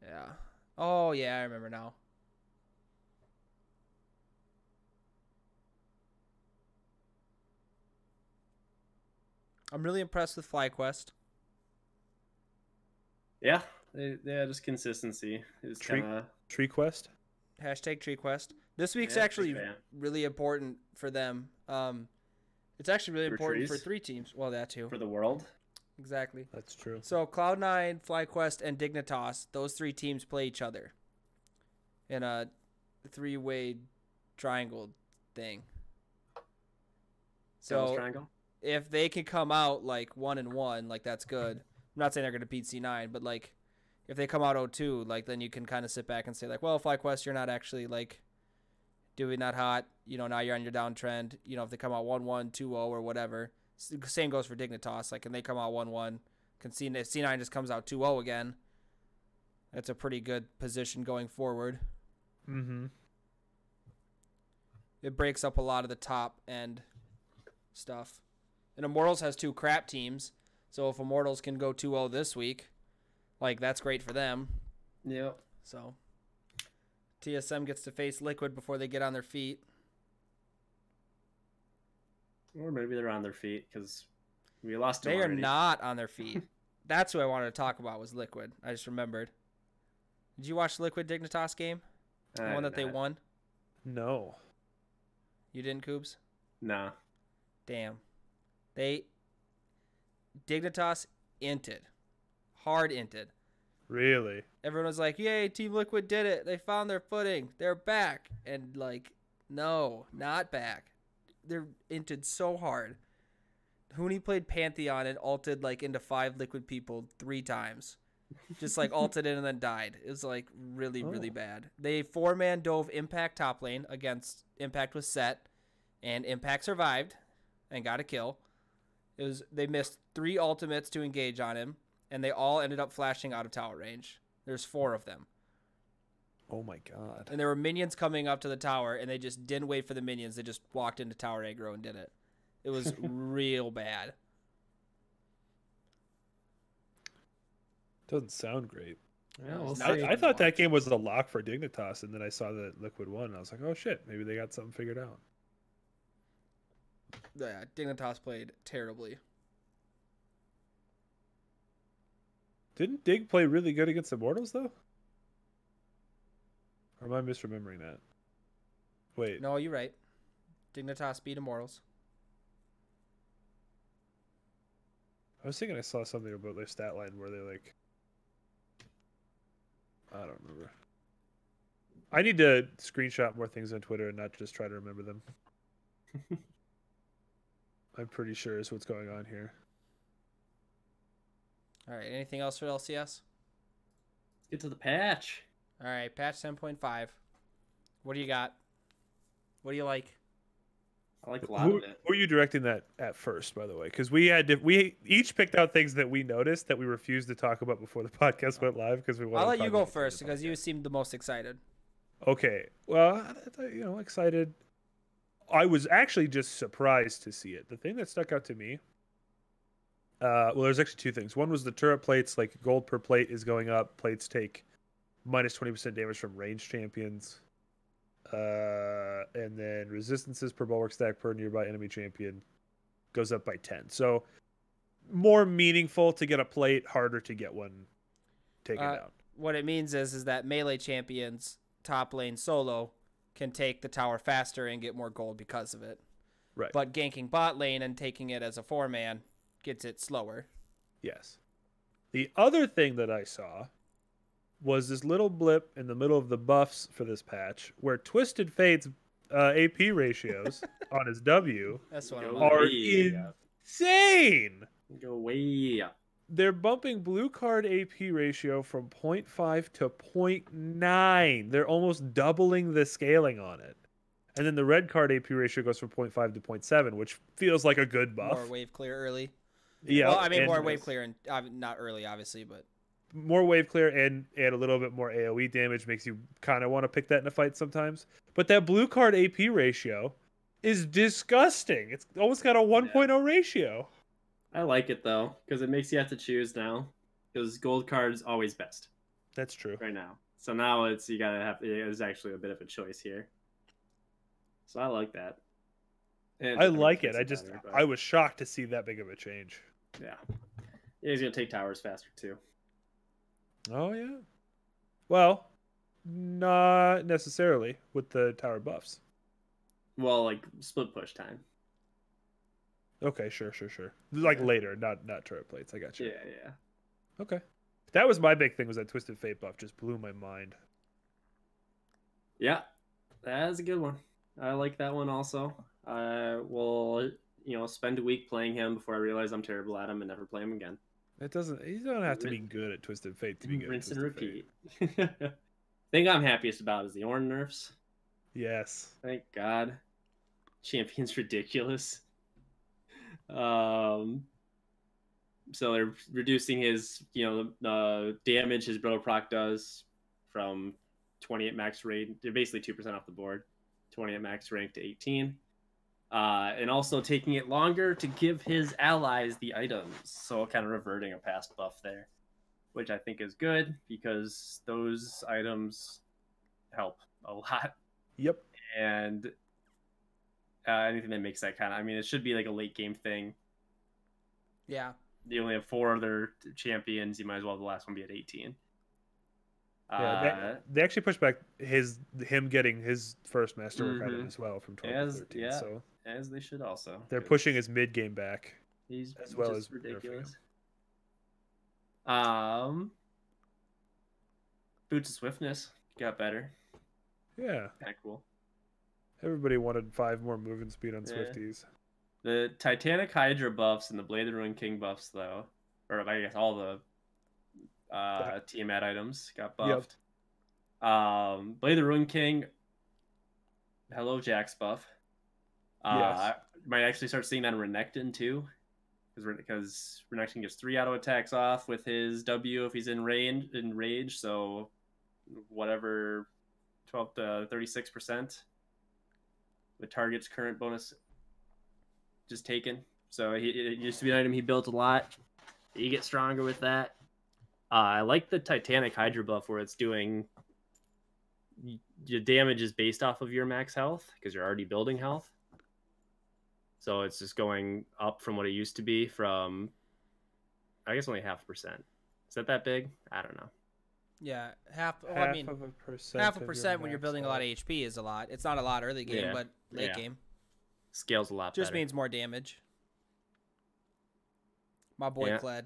Yeah. Oh, yeah, I remember now. I'm really impressed with FlyQuest. Yeah. They, yeah, just consistency is Treat- kind of Tree Quest. Hashtag Tree Quest. This week's Yeah, tree actually fam. really important for them. Um, it's actually really For important for trees? three teams. Well, that too. for the world. Exactly. That's true. So Cloud9, FlyQuest, and Dignitas, those three teams play each other in a three-way triangle thing. Devil's So triangle. if they can come out like one and one, like that's good. I'm not saying they're gonna beat C9, but like if they come out 0-2, like then you can kind of sit back and say like, well, FlyQuest, you're not actually like doing that hot. You know, now you're on your downtrend. You know, if they come out 1-1, 2-0 oh, or whatever. S- Same goes for Dignitas. Like, and they come out 1-1, can C- if C9 just comes out 2-0 again, that's a pretty good position going forward. Mm-hmm. it breaks up a lot of the top end stuff. And Immortals has two crap teams, so if Immortals can go 2-0 this week, like that's great for them. Yep. So TSM gets to face Liquid before they get on their feet. Or maybe they're on their feet because we lost them They are already. not on their feet. that's who I wanted to talk about was Liquid. I just remembered. Did you watch the Liquid Dignitas game? The I one did that they not. won? No. You didn't, Coobs? Nah. Damn. They Dignitas inted. Hard inted. Really? everyone was like, "Yay, Team Liquid did it! They found their footing. They're back!" And like, no, not back. They're inted so hard. Hooney played Pantheon and alted like into five Liquid people three times, just like alted in and then died. It was like really, really Oh. bad. They four man dove Impact top lane against Impact was set, and Impact survived and got a kill. It was they missed three ultimates to engage on him, and they all ended up flashing out of tower range. There's four of them. Oh my god. And there were minions coming up to the tower, and they just didn't wait for the minions. They just walked into tower aggro and did it. It was real bad. Doesn't sound great. Yeah, we'll It's see. not I, I fun to thought that watch. game was the lock for Dignitas, and then I saw that Liquid won. And I was like, oh shit, maybe they got something figured out. Yeah, Dignitas played terribly. Didn't Dig play really good against Immortals though? Or am I misremembering that? Wait. No, you're right. Dignitas beat Immortals. I was thinking I saw something about their stat line where they like I don't remember. I need to screenshot more things on Twitter and not just try to remember them. I'm pretty sure is what's going on here. All right. Anything else for LCS? Let's get to the patch. All right. Patch 10.5. What do you got? What do you like? I like a lot Who, of it. who are you directing that at first, by the way? Because we had diff- we each picked out things that we noticed that we refused to talk about before the podcast went live because we. wanted I'll to let talk you go about it during the first because you seemed the most excited. Okay. Well, I- I thought, you know, excited. I was actually just surprised to see it. The thing that stuck out to me. Uh, well, there's actually two things. One was the turret plates, like gold per plate is going up. Plates take minus 20% damage from range champions. Uh, and then resistances per bulwark stack per nearby enemy champion goes up by 10. So more meaningful to get a plate, harder to get one taken Uh, down. What it means is is that melee champions top lane solo can take the tower faster and get more gold because of it. Right. But ganking bot lane and taking it as a four man gets it slower. Yes. The other thing that I saw was this little blip in the middle of the buffs for this patch where Twisted Fate's uh, AP ratios on his W That's what I'm Go on. are way up. insane. Go way up. They're bumping blue card AP ratio from 0.5 to 0.9. They're almost doubling the scaling on it. And then the red card AP ratio goes from 0.5 to 0.7, which feels like a good buff. more wave clear early. yeah, well, I mean and- more wave clear and uh, not early, obviously, but more wave clear and and a little bit more AoE damage makes you kind of want to pick that in a fight sometimes. But that blue card AP ratio is disgusting. It's almost got a 1.0 ratio. I like it though because it makes you have to choose now because gold card's always best That's true. right now. So now it's you gotta have there's actually a bit of a choice here. So I like that. And I mean, like it. I doesn't just matter, but- I was shocked to see that big of a change. yeah. Yeah, he's gonna take towers faster too. Oh yeah. Well, not necessarily with the tower buffs. Well, like split push time. Okay, sure, sure, sure. Like later, not not turret plates. I got you. Yeah, yeah. Okay. That was my big thing. Was that twisted fate buff just blew my mind. Yeah, that is a good one. I like that one also. I will, you know, spend a week playing him before I realize I'm terrible at him and never play him again. It doesn't. You don't have to be Rin- good at Twisted Fate to be good. Rinse at and Twisted Fate. repeat. Thing I'm happiest about is the Orn nerfs. Yes. Thank God. Champion's ridiculous. Um, so they're reducing his, you know, the uh, damage his bro proc does from 20 at max rate. They're basically 2% off the board, 20 at max rank to 18. Uh, and also taking it longer to give his allies the items. So kind of reverting a past buff there, which I think is good because those items help a lot Yep. and uh, anything that makes that kind of. I mean, it should be like a late game thing. yeah. You only have four other champions. You might as well have the last one be at eighteen. Yeah, uh, they, they actually pushed back his him getting his first masterwork item Mhm. as well from 12 As- to 13. yeah. So Uh, as they should also. they're 'cause pushing his mid game back. He's as well just as nerfing him. ridiculous. Um, boots of swiftness got better. Yeah. Kind of cool. Everybody wanted five more movement speed on Yeah. Swifties. The Titanic Hydra buffs and the Blade of the Ruined King buffs, though, or I guess all the uh, Tiamat items got buffed. Um, Blade of the Ruined King, hello Jax buff. Uh, Yes. Might actually start seeing that in Renekton too, because Renekton gets three auto attacks off with his W if he's in range in rage. So whatever, twelve to thirty six percent. The target's current bonus just taken. So he, it used to be an item he built a lot. You get stronger with that. Uh, I like the Titanic Hydra buff where it's doing y- your damage is based off of your max health because you're already building health. So it's just going up from what it used to be from, I guess, only half a percent. Is that that big? I don't know. Yeah. Half, well, Oh, I mean a percent. half a percent when you're building a lot of HP is a lot. It's not a lot early game, Yeah. but late Yeah. game. Scales a lot Just better. means more damage. My boy Yeah. Cled.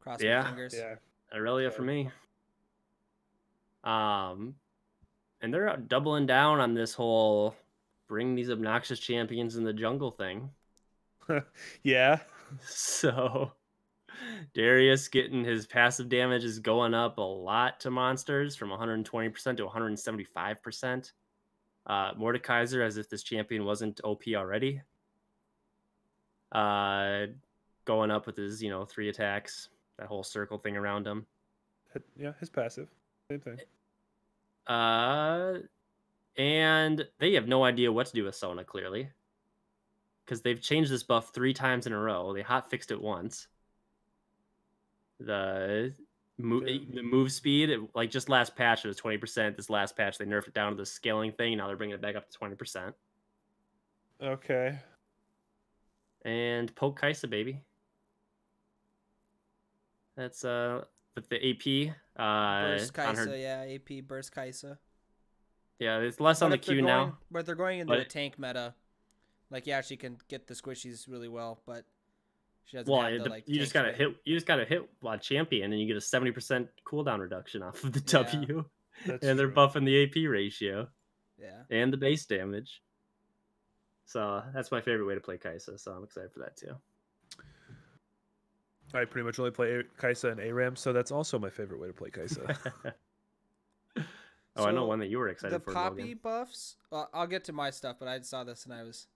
Cross Yeah. my fingers. Yeah. Aurelia for Yeah. me. Um, and they're doubling down on this whole bring these obnoxious champions in the jungle thing. yeah. So Darius getting his passive damage is going up a lot to monsters from 120% to 175%. Uh, Mordekaiser, as if this champion wasn't OP already, uh, going up with his, you know, three attacks, that whole circle thing around him. Hit- Yeah, his passive. Same thing. Uh, and they have no idea what to do with Sona clearly, because they've changed this buff three times in a row. They hot fixed it once. The move, Damn. the move speed, it- like just last patch, it was twenty percent. This last patch, they nerfed it down to the scaling thing. Now they're bringing it back up to twenty percent. Okay. And poke Kaisa, baby. That's uh, with the AP uh, Burst on Kaisa, her. yeah, AP Burst Kaisa. Yeah, it's less on But the if they're queue going- now. But they're going into But the it- tank meta. Like, yeah, she can get the squishies really well, but she doesn't Well, have it the, dep- like. you just tank gotta skill. hit. You just gotta hit while champion, and you get a seventy percent cooldown reduction off of the Yeah, W, That's and they're true. buffing the AP ratio Yeah. and the base damage. So that's my favorite way to play Kaisa. So I'm excited for that too. I pretty much only play A- Kaisa and Aram, so that's also my favorite way to play Kaisa. oh, I know So, one that you were the excited for. poppy Logan. buffs well, i'll get to my stuff but i saw this and i was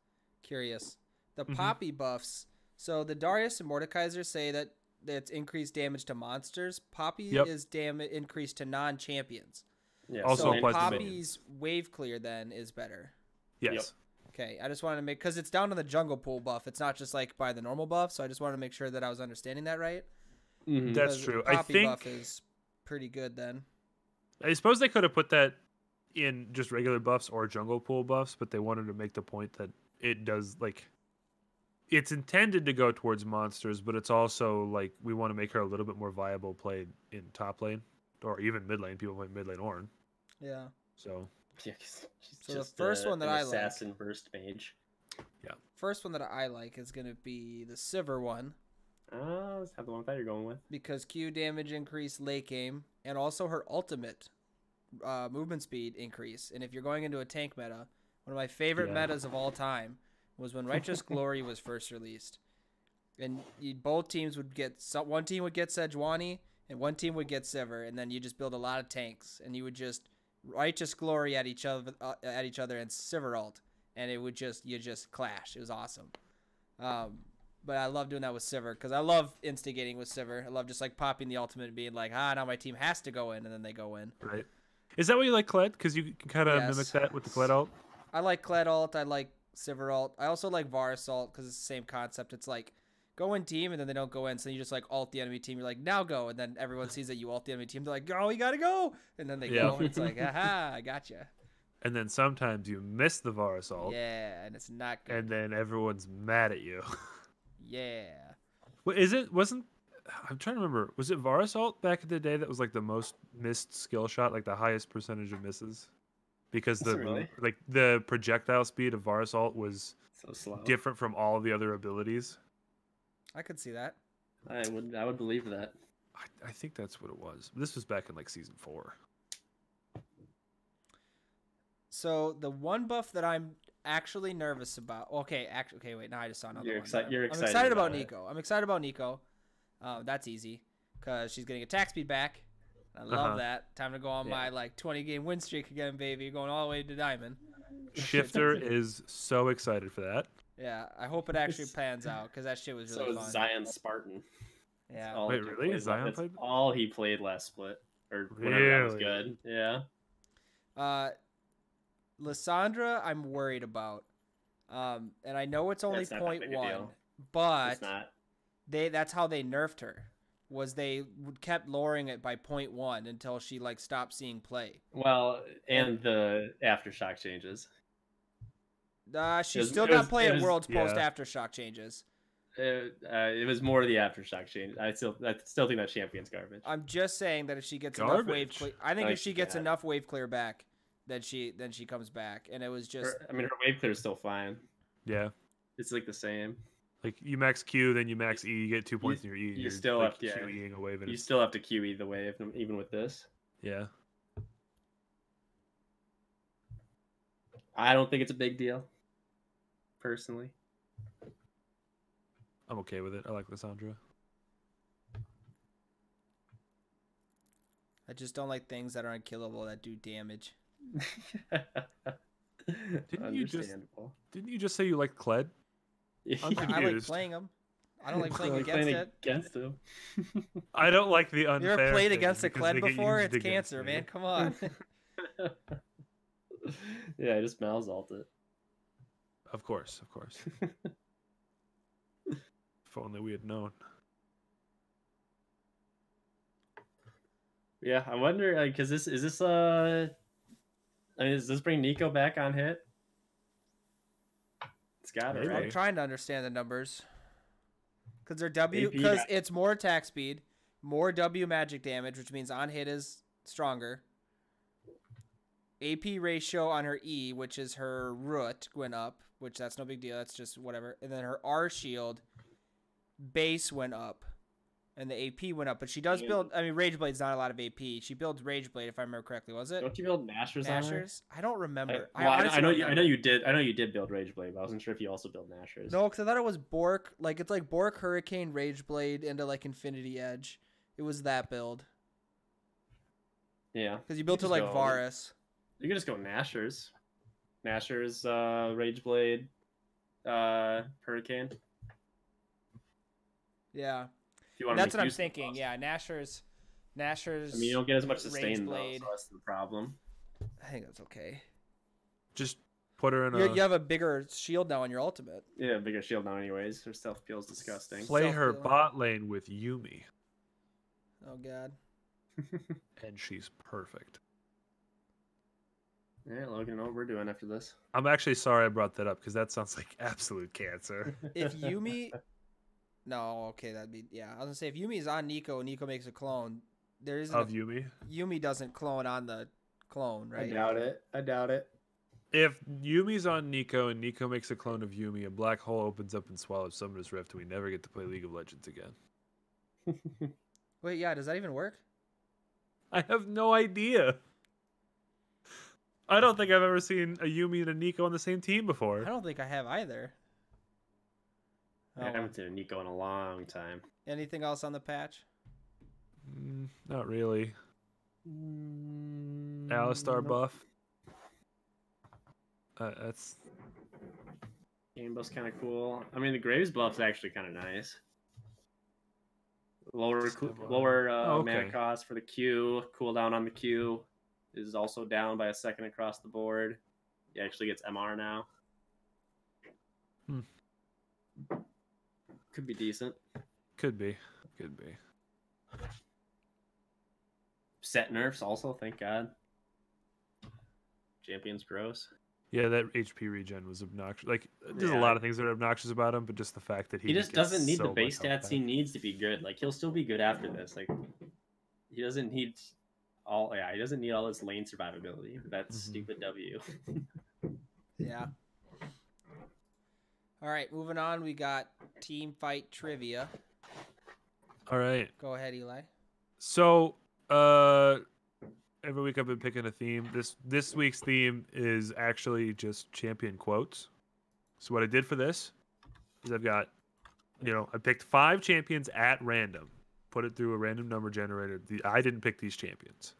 curious the Mhm. poppy buffs so the darius and mordekaiser say that that's increased damage to monsters poppy Yep. is damage increased to non-champions Yeah, Also so applies to minions. poppy's wave clear then is better yes. okay i just wanted to make because it's down to the jungle pool buff it's not just like by the normal buff so i just wanted to make sure that i was understanding that right Mm-hmm. Mhm. That's 'Cause true. the I poppy buff think- is pretty good then I suppose they could have put that in just regular buffs or jungle pool buffs, but they wanted to make the point that it does like it's intended to go towards monsters, but it's also like we want to make her a little bit more viable play in top lane or even mid lane. People play mid lane Orn. yeah So Yeah, 'cause she's So the uh, just first a- one that an I like- assassin burst mage. first one that i like is going to be the silver one Uh, let's have the one that you're going with. because Q damage increase late game, and also her ultimate uh, movement speed increase. And if you're going into a tank meta, one of my favorite Yeah. metas of all time was when Righteous Glory was first released, and you, both teams would get so, one team would get Sejuani and one team would get Sivir, and then you just build a lot of tanks, and you would just Righteous Glory at each other uh, at each other and Sivir ult, and it would just you just clash. It was awesome. Um, but I love doing that with Sivir because I love instigating with Sivir. I love just like popping the ultimate and being like, ah, now my team has to go in, and then they go in. right. Is that what you like Colette? Because you can kind of mimic Yes. that with the Colette ult. I like Kled ult. I like Sivir ult. I also like Varus ult because it's the same concept. It's like go in team and then they don't go in, so you just like alt the enemy team. You're like now go, and then everyone sees that you alt the enemy team. They're like, oh, we gotta go, and then they Yeah. go, and it's like, aha, I gotcha. And then sometimes you miss the Varus ult, Yeah, and it's not good. and then everyone's mad at you. yeah. What is it? Wasn't I'm trying to remember. Was it Varasalt back in the day that was like the most missed skill shot, like the highest percentage of misses? Because Is it the really? like the projectile speed of Varasalt was So slow. different from all of the other abilities. I could see that. I would I would believe that. I, I think that's what it was. This was back in like season four. So the one buff that I'm actually nervous about. Okay, actually, okay, wait. Now I just saw another You're one. exci- Never you're mind. excited I'm excited about, about it. Nico. I'm excited about Nico. Uh, that's easy because she's getting attack speed back. I love Uh-huh. that. Time to go on Yeah. my like 20 game win streak again, baby. Going all the way to diamond. Shifter is so excited for that. Yeah, I hope it actually It's- pans out because that shit was So really is fun. Zion Spartan. That's yeah, all Wait, he really? Played, Zion that's played- all he played last split or whenever that was Really? good. Yeah. Uh, Lissandra, I'm worried about. Um, and I know it's only That's not that point big a one, deal. but it's not. they that's how they nerfed her. Was they w- kept lowering it by point one until she like stopped seeing play. Well, and the aftershock changes. Uh, she It was- still it got was- play it at was- Worlds post yeah. aftershock changes. It, uh, it was more the aftershock change. I still I still think that champion's garbage. I'm just saying that if she gets enough wave Garbage. clear, I think Like if she gets that. enough wave clear back, then she then she comes back. And it was just Her- I mean, her wave clear is still fine. Yeah. It's like the same. Like you max Q, then you max E, you get two points in your E. and you you're, still like have- yeah. QEing a wave. And You it's- still have to QE the wave, even with this. yeah. I don't think it's a big deal, personally. I'm okay with it. I like Lissandra. just don't like things that are unkillable that do damage. Didn't you just- Didn't you just say you like Cled? I- I like Confused. playing them. I don't like playing Like against playing it. against him. I don't like the You unfair. ever played thing against a because Cled they get before? used It's against cancer, me. man. Come on. yeah, I just malzalt it. Of course, of course. if only we had known. Yeah, I wonder like, cause this is this uh, I mean, does this bring Nico back on hit? It's got it Maybe. I'm right. trying to understand the numbers. Because they're W, AP because ma- it's more attack speed, more W magic damage, which means on hit is stronger. AP ratio on her E, which is her root, went up, which that's no big deal. That's just whatever. And then her R shield base went up, and the AP went up. But she does Yeah. build. I mean, Rageblade's not a lot of AP. She builds Rageblade, if I remember correctly. Was it Don't you build Nashers, on her? Nashers? I don't I, remember. well, I, honestly I know don't you, I remember. know you did. I know you did build Rageblade, but I wasn't sure if you also built Nashers. No, because I thought it was Bork. Like it's like Bork Hurricane Rage Blade into like Infinity Edge. It was that build Yeah, because you built it just like go- Varus. you can just go Nashers, Nashers, uh, Rageblade, uh, Hurricane. If Yeah, you want that's to what make I'm use of thinking. those. Yeah, Nasher's, Nasher's. I mean, you don't get as much sustain though, Rageblade. so that's the problem. I think that's okay. Just put her in You, a you have a bigger shield now on your ultimate. Yeah, bigger shield now, anyways. Her stealth feels disgusting. play her Self-healing. bot lane with Yumi, Oh God, and she's perfect. Yeah, Logan, know what we're doing after this? I'm actually sorry I brought that up because that sounds like absolute cancer. if Yumi. No, okay, that'd be yeah. I was gonna say if Yumi is on Nico and Nico makes a clone, there isn't of a, Yumi. Yumi doesn't clone on the clone, right? I doubt it. I doubt it. If Yumi's on Nico and Nico makes a clone of Yumi, a black hole opens up and swallows Summoner's Rift, and we never get to play League of Legends again. Wait, yeah, does that even work? I have no idea. I don't think I've ever seen a Yumi and a Nico on the same team I before. don't think I have either. I Oh, well. haven't seen a Nico in a long time. Anything else on the patch? Mm, not really. Mm, Alistar Nope. buff. Uh, that's Game buff's kind of cool. I mean, the Graves buff's actually kind of nice. Lower Just coo- have a- lower uh, Oh, okay. mana cost for the Q. Cooldown on the Q is also down by a second across the board. He actually gets MR now. Hmm. Could be decent. could be, could be. Set nerfs also. Thank God. Champions gross. Yeah, that HP regen was obnoxious. Like, there's a Yeah. lot of things that are obnoxious about him, but just the fact that he, He just gets doesn't need so the much base health stats he back. needs to be good. Like he'll still be good after this. Like he doesn't need all yeah, he doesn't need all this lane survivability. That's Mhm. stupid W. Yeah. All right, moving on. We got team fight trivia. All right. Go ahead, Eli. So, uh, every week I've been picking a theme. This this week's theme is actually just champion quotes. So what I did for this is I've got, you know, I picked five champions at random, put it through a random number generator. The, I didn't pick these champions.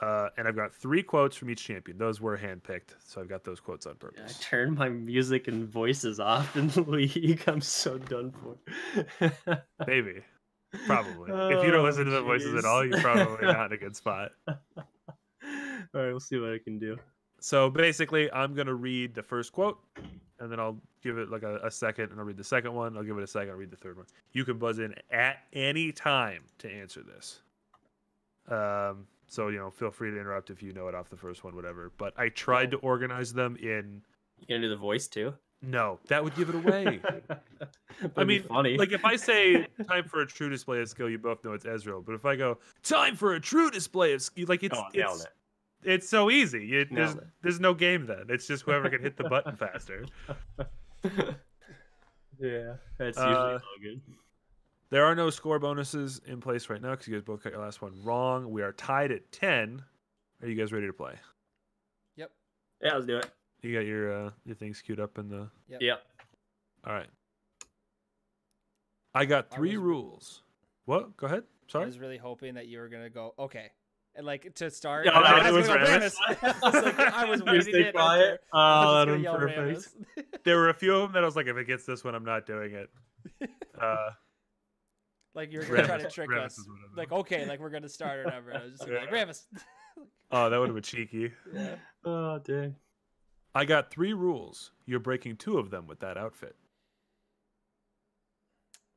Uh, and I've got three quotes from each champion. Those were handpicked, so I've got those quotes on I purpose. turn my music and voices off in the league. I'm so done for. Oh, Maybe, probably. if you don't listen to the voices at all, you're probably not in a good spot. all right, we'll see what I can do. So basically, I'm gonna read the first quote, and then I'll give it like a, a second, and I'll read the second one. I'll give it a second. I'll read the third one. You can buzz in at any time to answer this. Um, so you know, feel free to interrupt if you know it off the first one, whatever. But I tried to organize them in. You gonna do the voice too? No, that would give it away. That'd I be mean, funny. like if I say time for a true display of skill, you both know it's Ezreal. But if I go time for a true display of skill, like it's oh, nailed it's, it. it's so easy. You, there's Nailed it. there's no game then. It's just whoever can hit the button faster. yeah, that's usually Uh, all good. There are no score bonuses in place right now because you guys both got your last one wrong. We are tied at ten. Are you guys ready to play? Yep. Yeah, let's do it. You got your uh, your things queued up in the. Yep. Yep. All right. I got I three was- rules. What? Go ahead. I Sorry. was really hoping that you were gonna go. Okay, and like to start. Yeah, I that was was gonna go Ramus. Ramus. I was like, I was You waiting stay it out quiet. there. I Oh, was just Um, gonna yell perfect. Ramus. There were a few of them that I was like, if it gets this one, I'm not doing it. Uh, Like you're gonna try to Ramus- trick Ramus us. is one of them. Like okay, like we're gonna start or whatever. And I was just gonna be like Yeah. Ramus. oh, that would have been cheeky. Yeah. Oh, dang. I got three rules. You're breaking two of them with that outfit.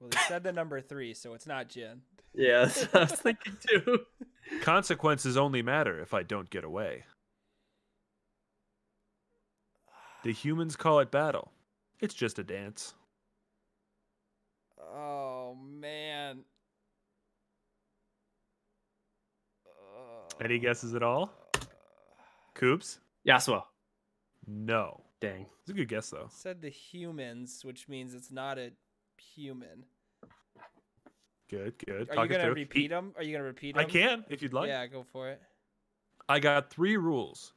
Well, they said the number three, so it's not Jin. Yeah, that's what I was thinking too. Consequences only matter if I don't get away. The humans call it battle. It's just a dance. Oh man. Any guesses at all? Uh, Coops? Yasuo. No. Dang. It's a good guess though. Said the humans, which means it's not a human. Good, good. Are Talk you it gonna through. E, repeat them? Are you gonna repeat them? I can if you'd like. Yeah, go for it. I got three rules.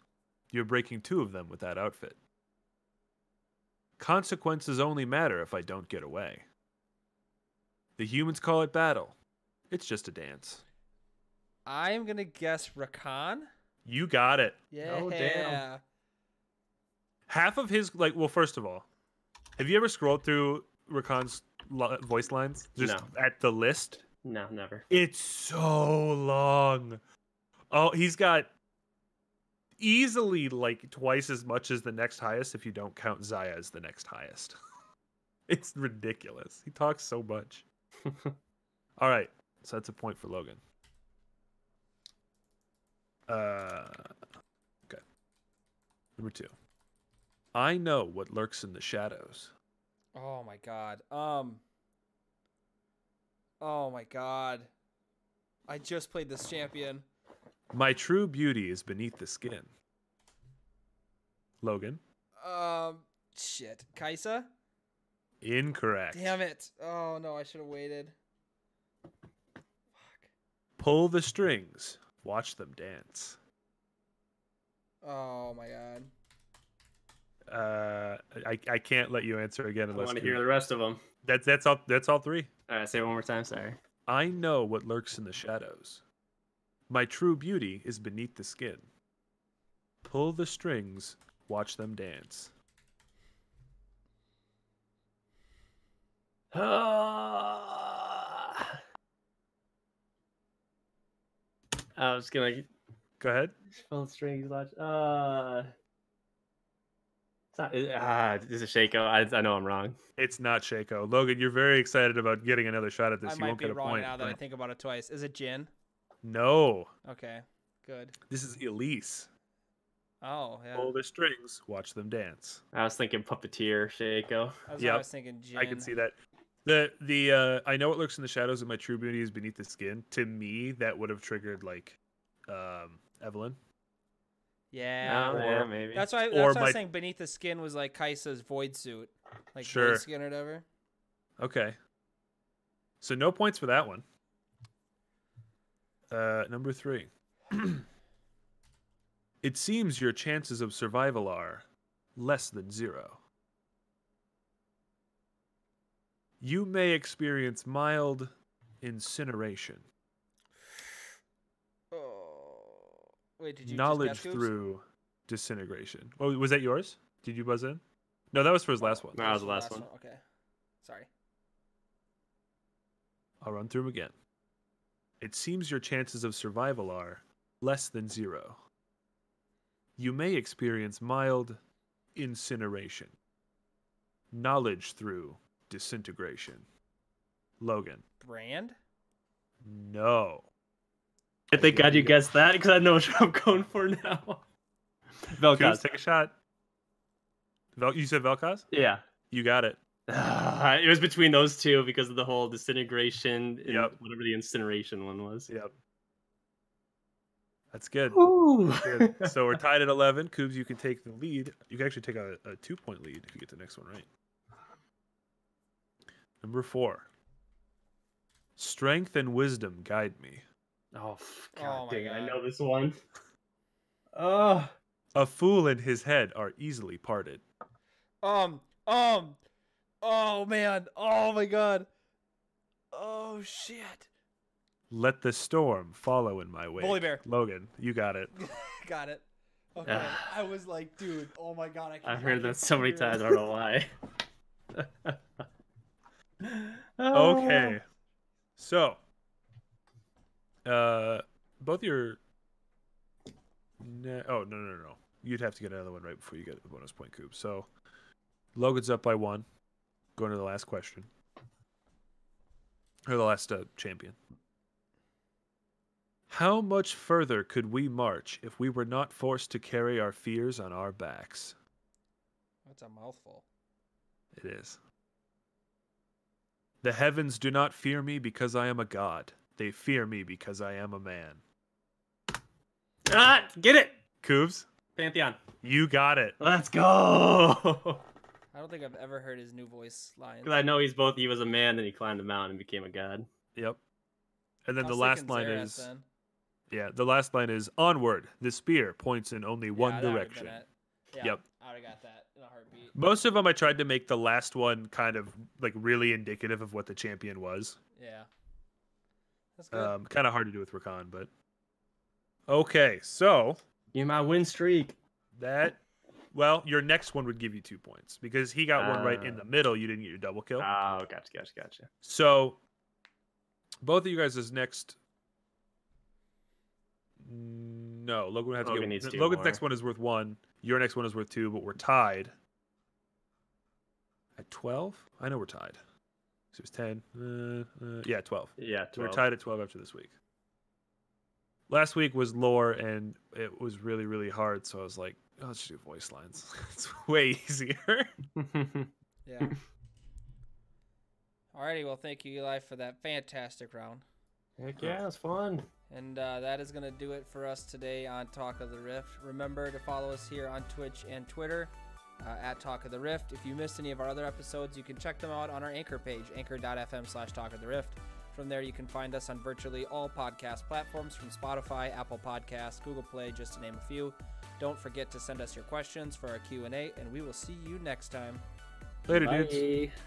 You're breaking two of them with that outfit. Consequences only matter if I don't get away. The humans call it battle. It's just a dance. I'm gonna guess Rakan. You got it. Yeah. Oh, damn. Half of his like well first of all, have you ever scrolled through Rakan's lo- voice lines just at the list? No, never. It's so long. Oh, he's got easily like twice as much as the next highest if you don't count Zaya as the next highest. it's ridiculous. He talks so much. All right. So that's a point for Logan. Uh okay. Number 2. I know what lurks in the shadows. Oh my god. Um. Oh my god. I just played this champion. My true beauty is beneath the skin. Logan, Um. Shit. Kaisa. incorrect. Damn it. Oh no, I should have waited. Fuck. Pull the strings, watch them dance. Oh my god. Uh, I, I can't let you answer again I unless want to you- hear the rest of them. that's that's all that's all three. All right, say it one more time. Sorry. I know what lurks in the shadows. My true beauty is beneath the skin. Pull the strings, watch them dance. I was gonna Go ahead. Spell strings watch. Uh, it's not. it- Ah, this is Shaco. I, I know I'm wrong. It's not Shaco. Logan, you're very excited about getting another shot at this. I you might won't be get a wrong point. now that I but- think about it twice. Is it Jin? No, Okay. Good. this is Elise. Oh yeah. Pull the strings, watch them dance. I was thinking puppeteer Shaco. That's what Yep. I was thinking. Jin. I can see that. The the uh, I know what lurks in the shadows and my true beauty is beneath the skin. To me, that would have triggered like um, Evelyn. Yeah. Oh, yeah, maybe. That's why. That's Or why I my- was saying beneath the skin was like Kaisa's void suit, like Sure. void skin or whatever. Okay. So no points for that one. Uh, number three. it seems your chances of survival are less than zero. You may experience mild incineration. Oh. Wait, did you knowledge just guess, Goobs? through disintegration. Oh, was that yours? Did you buzz in? No, that was for his last one. No. that was the last one. Okay. Sorry. I'll run through them again. It seems your chances of survival are less than zero. You may experience mild incineration. Knowledge through disintegration. Logan, Brand. no. I thank God you guessed that because I know what I'm going for now. Coops, Vel'Koz. take a shot. Vel- you said Velkaz? Yeah. You got it. Ah, it was between those two because of the whole disintegration and Yep. whatever the incineration one was. Yep. That's good. Ooh. Good. so we're tied at 11. Coobs, you can take the lead. You can actually take a, a two point lead if you get the next one right. Number four Strength and wisdom guide me. oh, f- Oh God my dang it. I God. know this one. Oh. A fool and his head are easily parted. Um. Um. Oh man. Oh my god. Oh shit. Let the storm follow in my wake. Bully bear. Logan, you got it. Got it. Okay. I was like, dude, oh my god, I can't. I've heard that so many times. I don't know why. Okay. So, uh, both your. No, oh no no no! You'd have to get another one right before you get the bonus point, Coop. So, Logan's up by one. Going to the last question, or the last uh, champion. How much further could we march if we were not forced to carry our fears on our backs? That's a mouthful. It is. The heavens do not fear me because I am a god. They fear me because I am a man. ah, get it, Coobs, Pantheon. you got it. Let's go. I don't think I've ever heard his new voice line. Because I know he's both. He was a man, then he climbed a mountain and became a god. Yep. And I then the was last thinking line Zareth is then. yeah, the last line is onward. The spear points in only one Yeah, that would've been direction. it. Yeah, Yep. I would have got that in a heartbeat. Most of them I tried to make the last one kind of like really indicative of what the champion was. Yeah. That's good. Um, kind of hard to do with Rakan, but okay. So You my win streak. that well, your next one would give you two points because he got one right in Ah. the middle. You didn't get your double kill. Oh, gotcha, gotcha, gotcha. So, both of you guys' next. No, Logan would have to Logan get. needs two Logan's more. next one is worth one. Your next one is worth two, but we're tied. At twelve, I know we're tied. 'Cause It was ten. Uh, uh, yeah, twelve. Yeah, So we're 12. tied at twelve after this week. Last week was lore, and it was really, really hard. So I was like, oh, "Let's just do voice lines. it's way easier." Yeah. Alrighty, well, thank you, Eli, for that fantastic round. Heck yeah, that's fun. And uh, that is going to do it for us today on Talk of the Rift. Remember to follow us here on Twitch and Twitter uh, at Talk of the Rift. If you missed any of our other episodes, you can check them out on our Anchor page, anchor.fm slash Talk of the Rift. From there, you can find us on virtually all podcast platforms from Spotify, Apple Podcasts, Google Play, just to name a few. Don't forget to send us your questions for our Q&A, and we will see you next time. Later, dudes. Bye.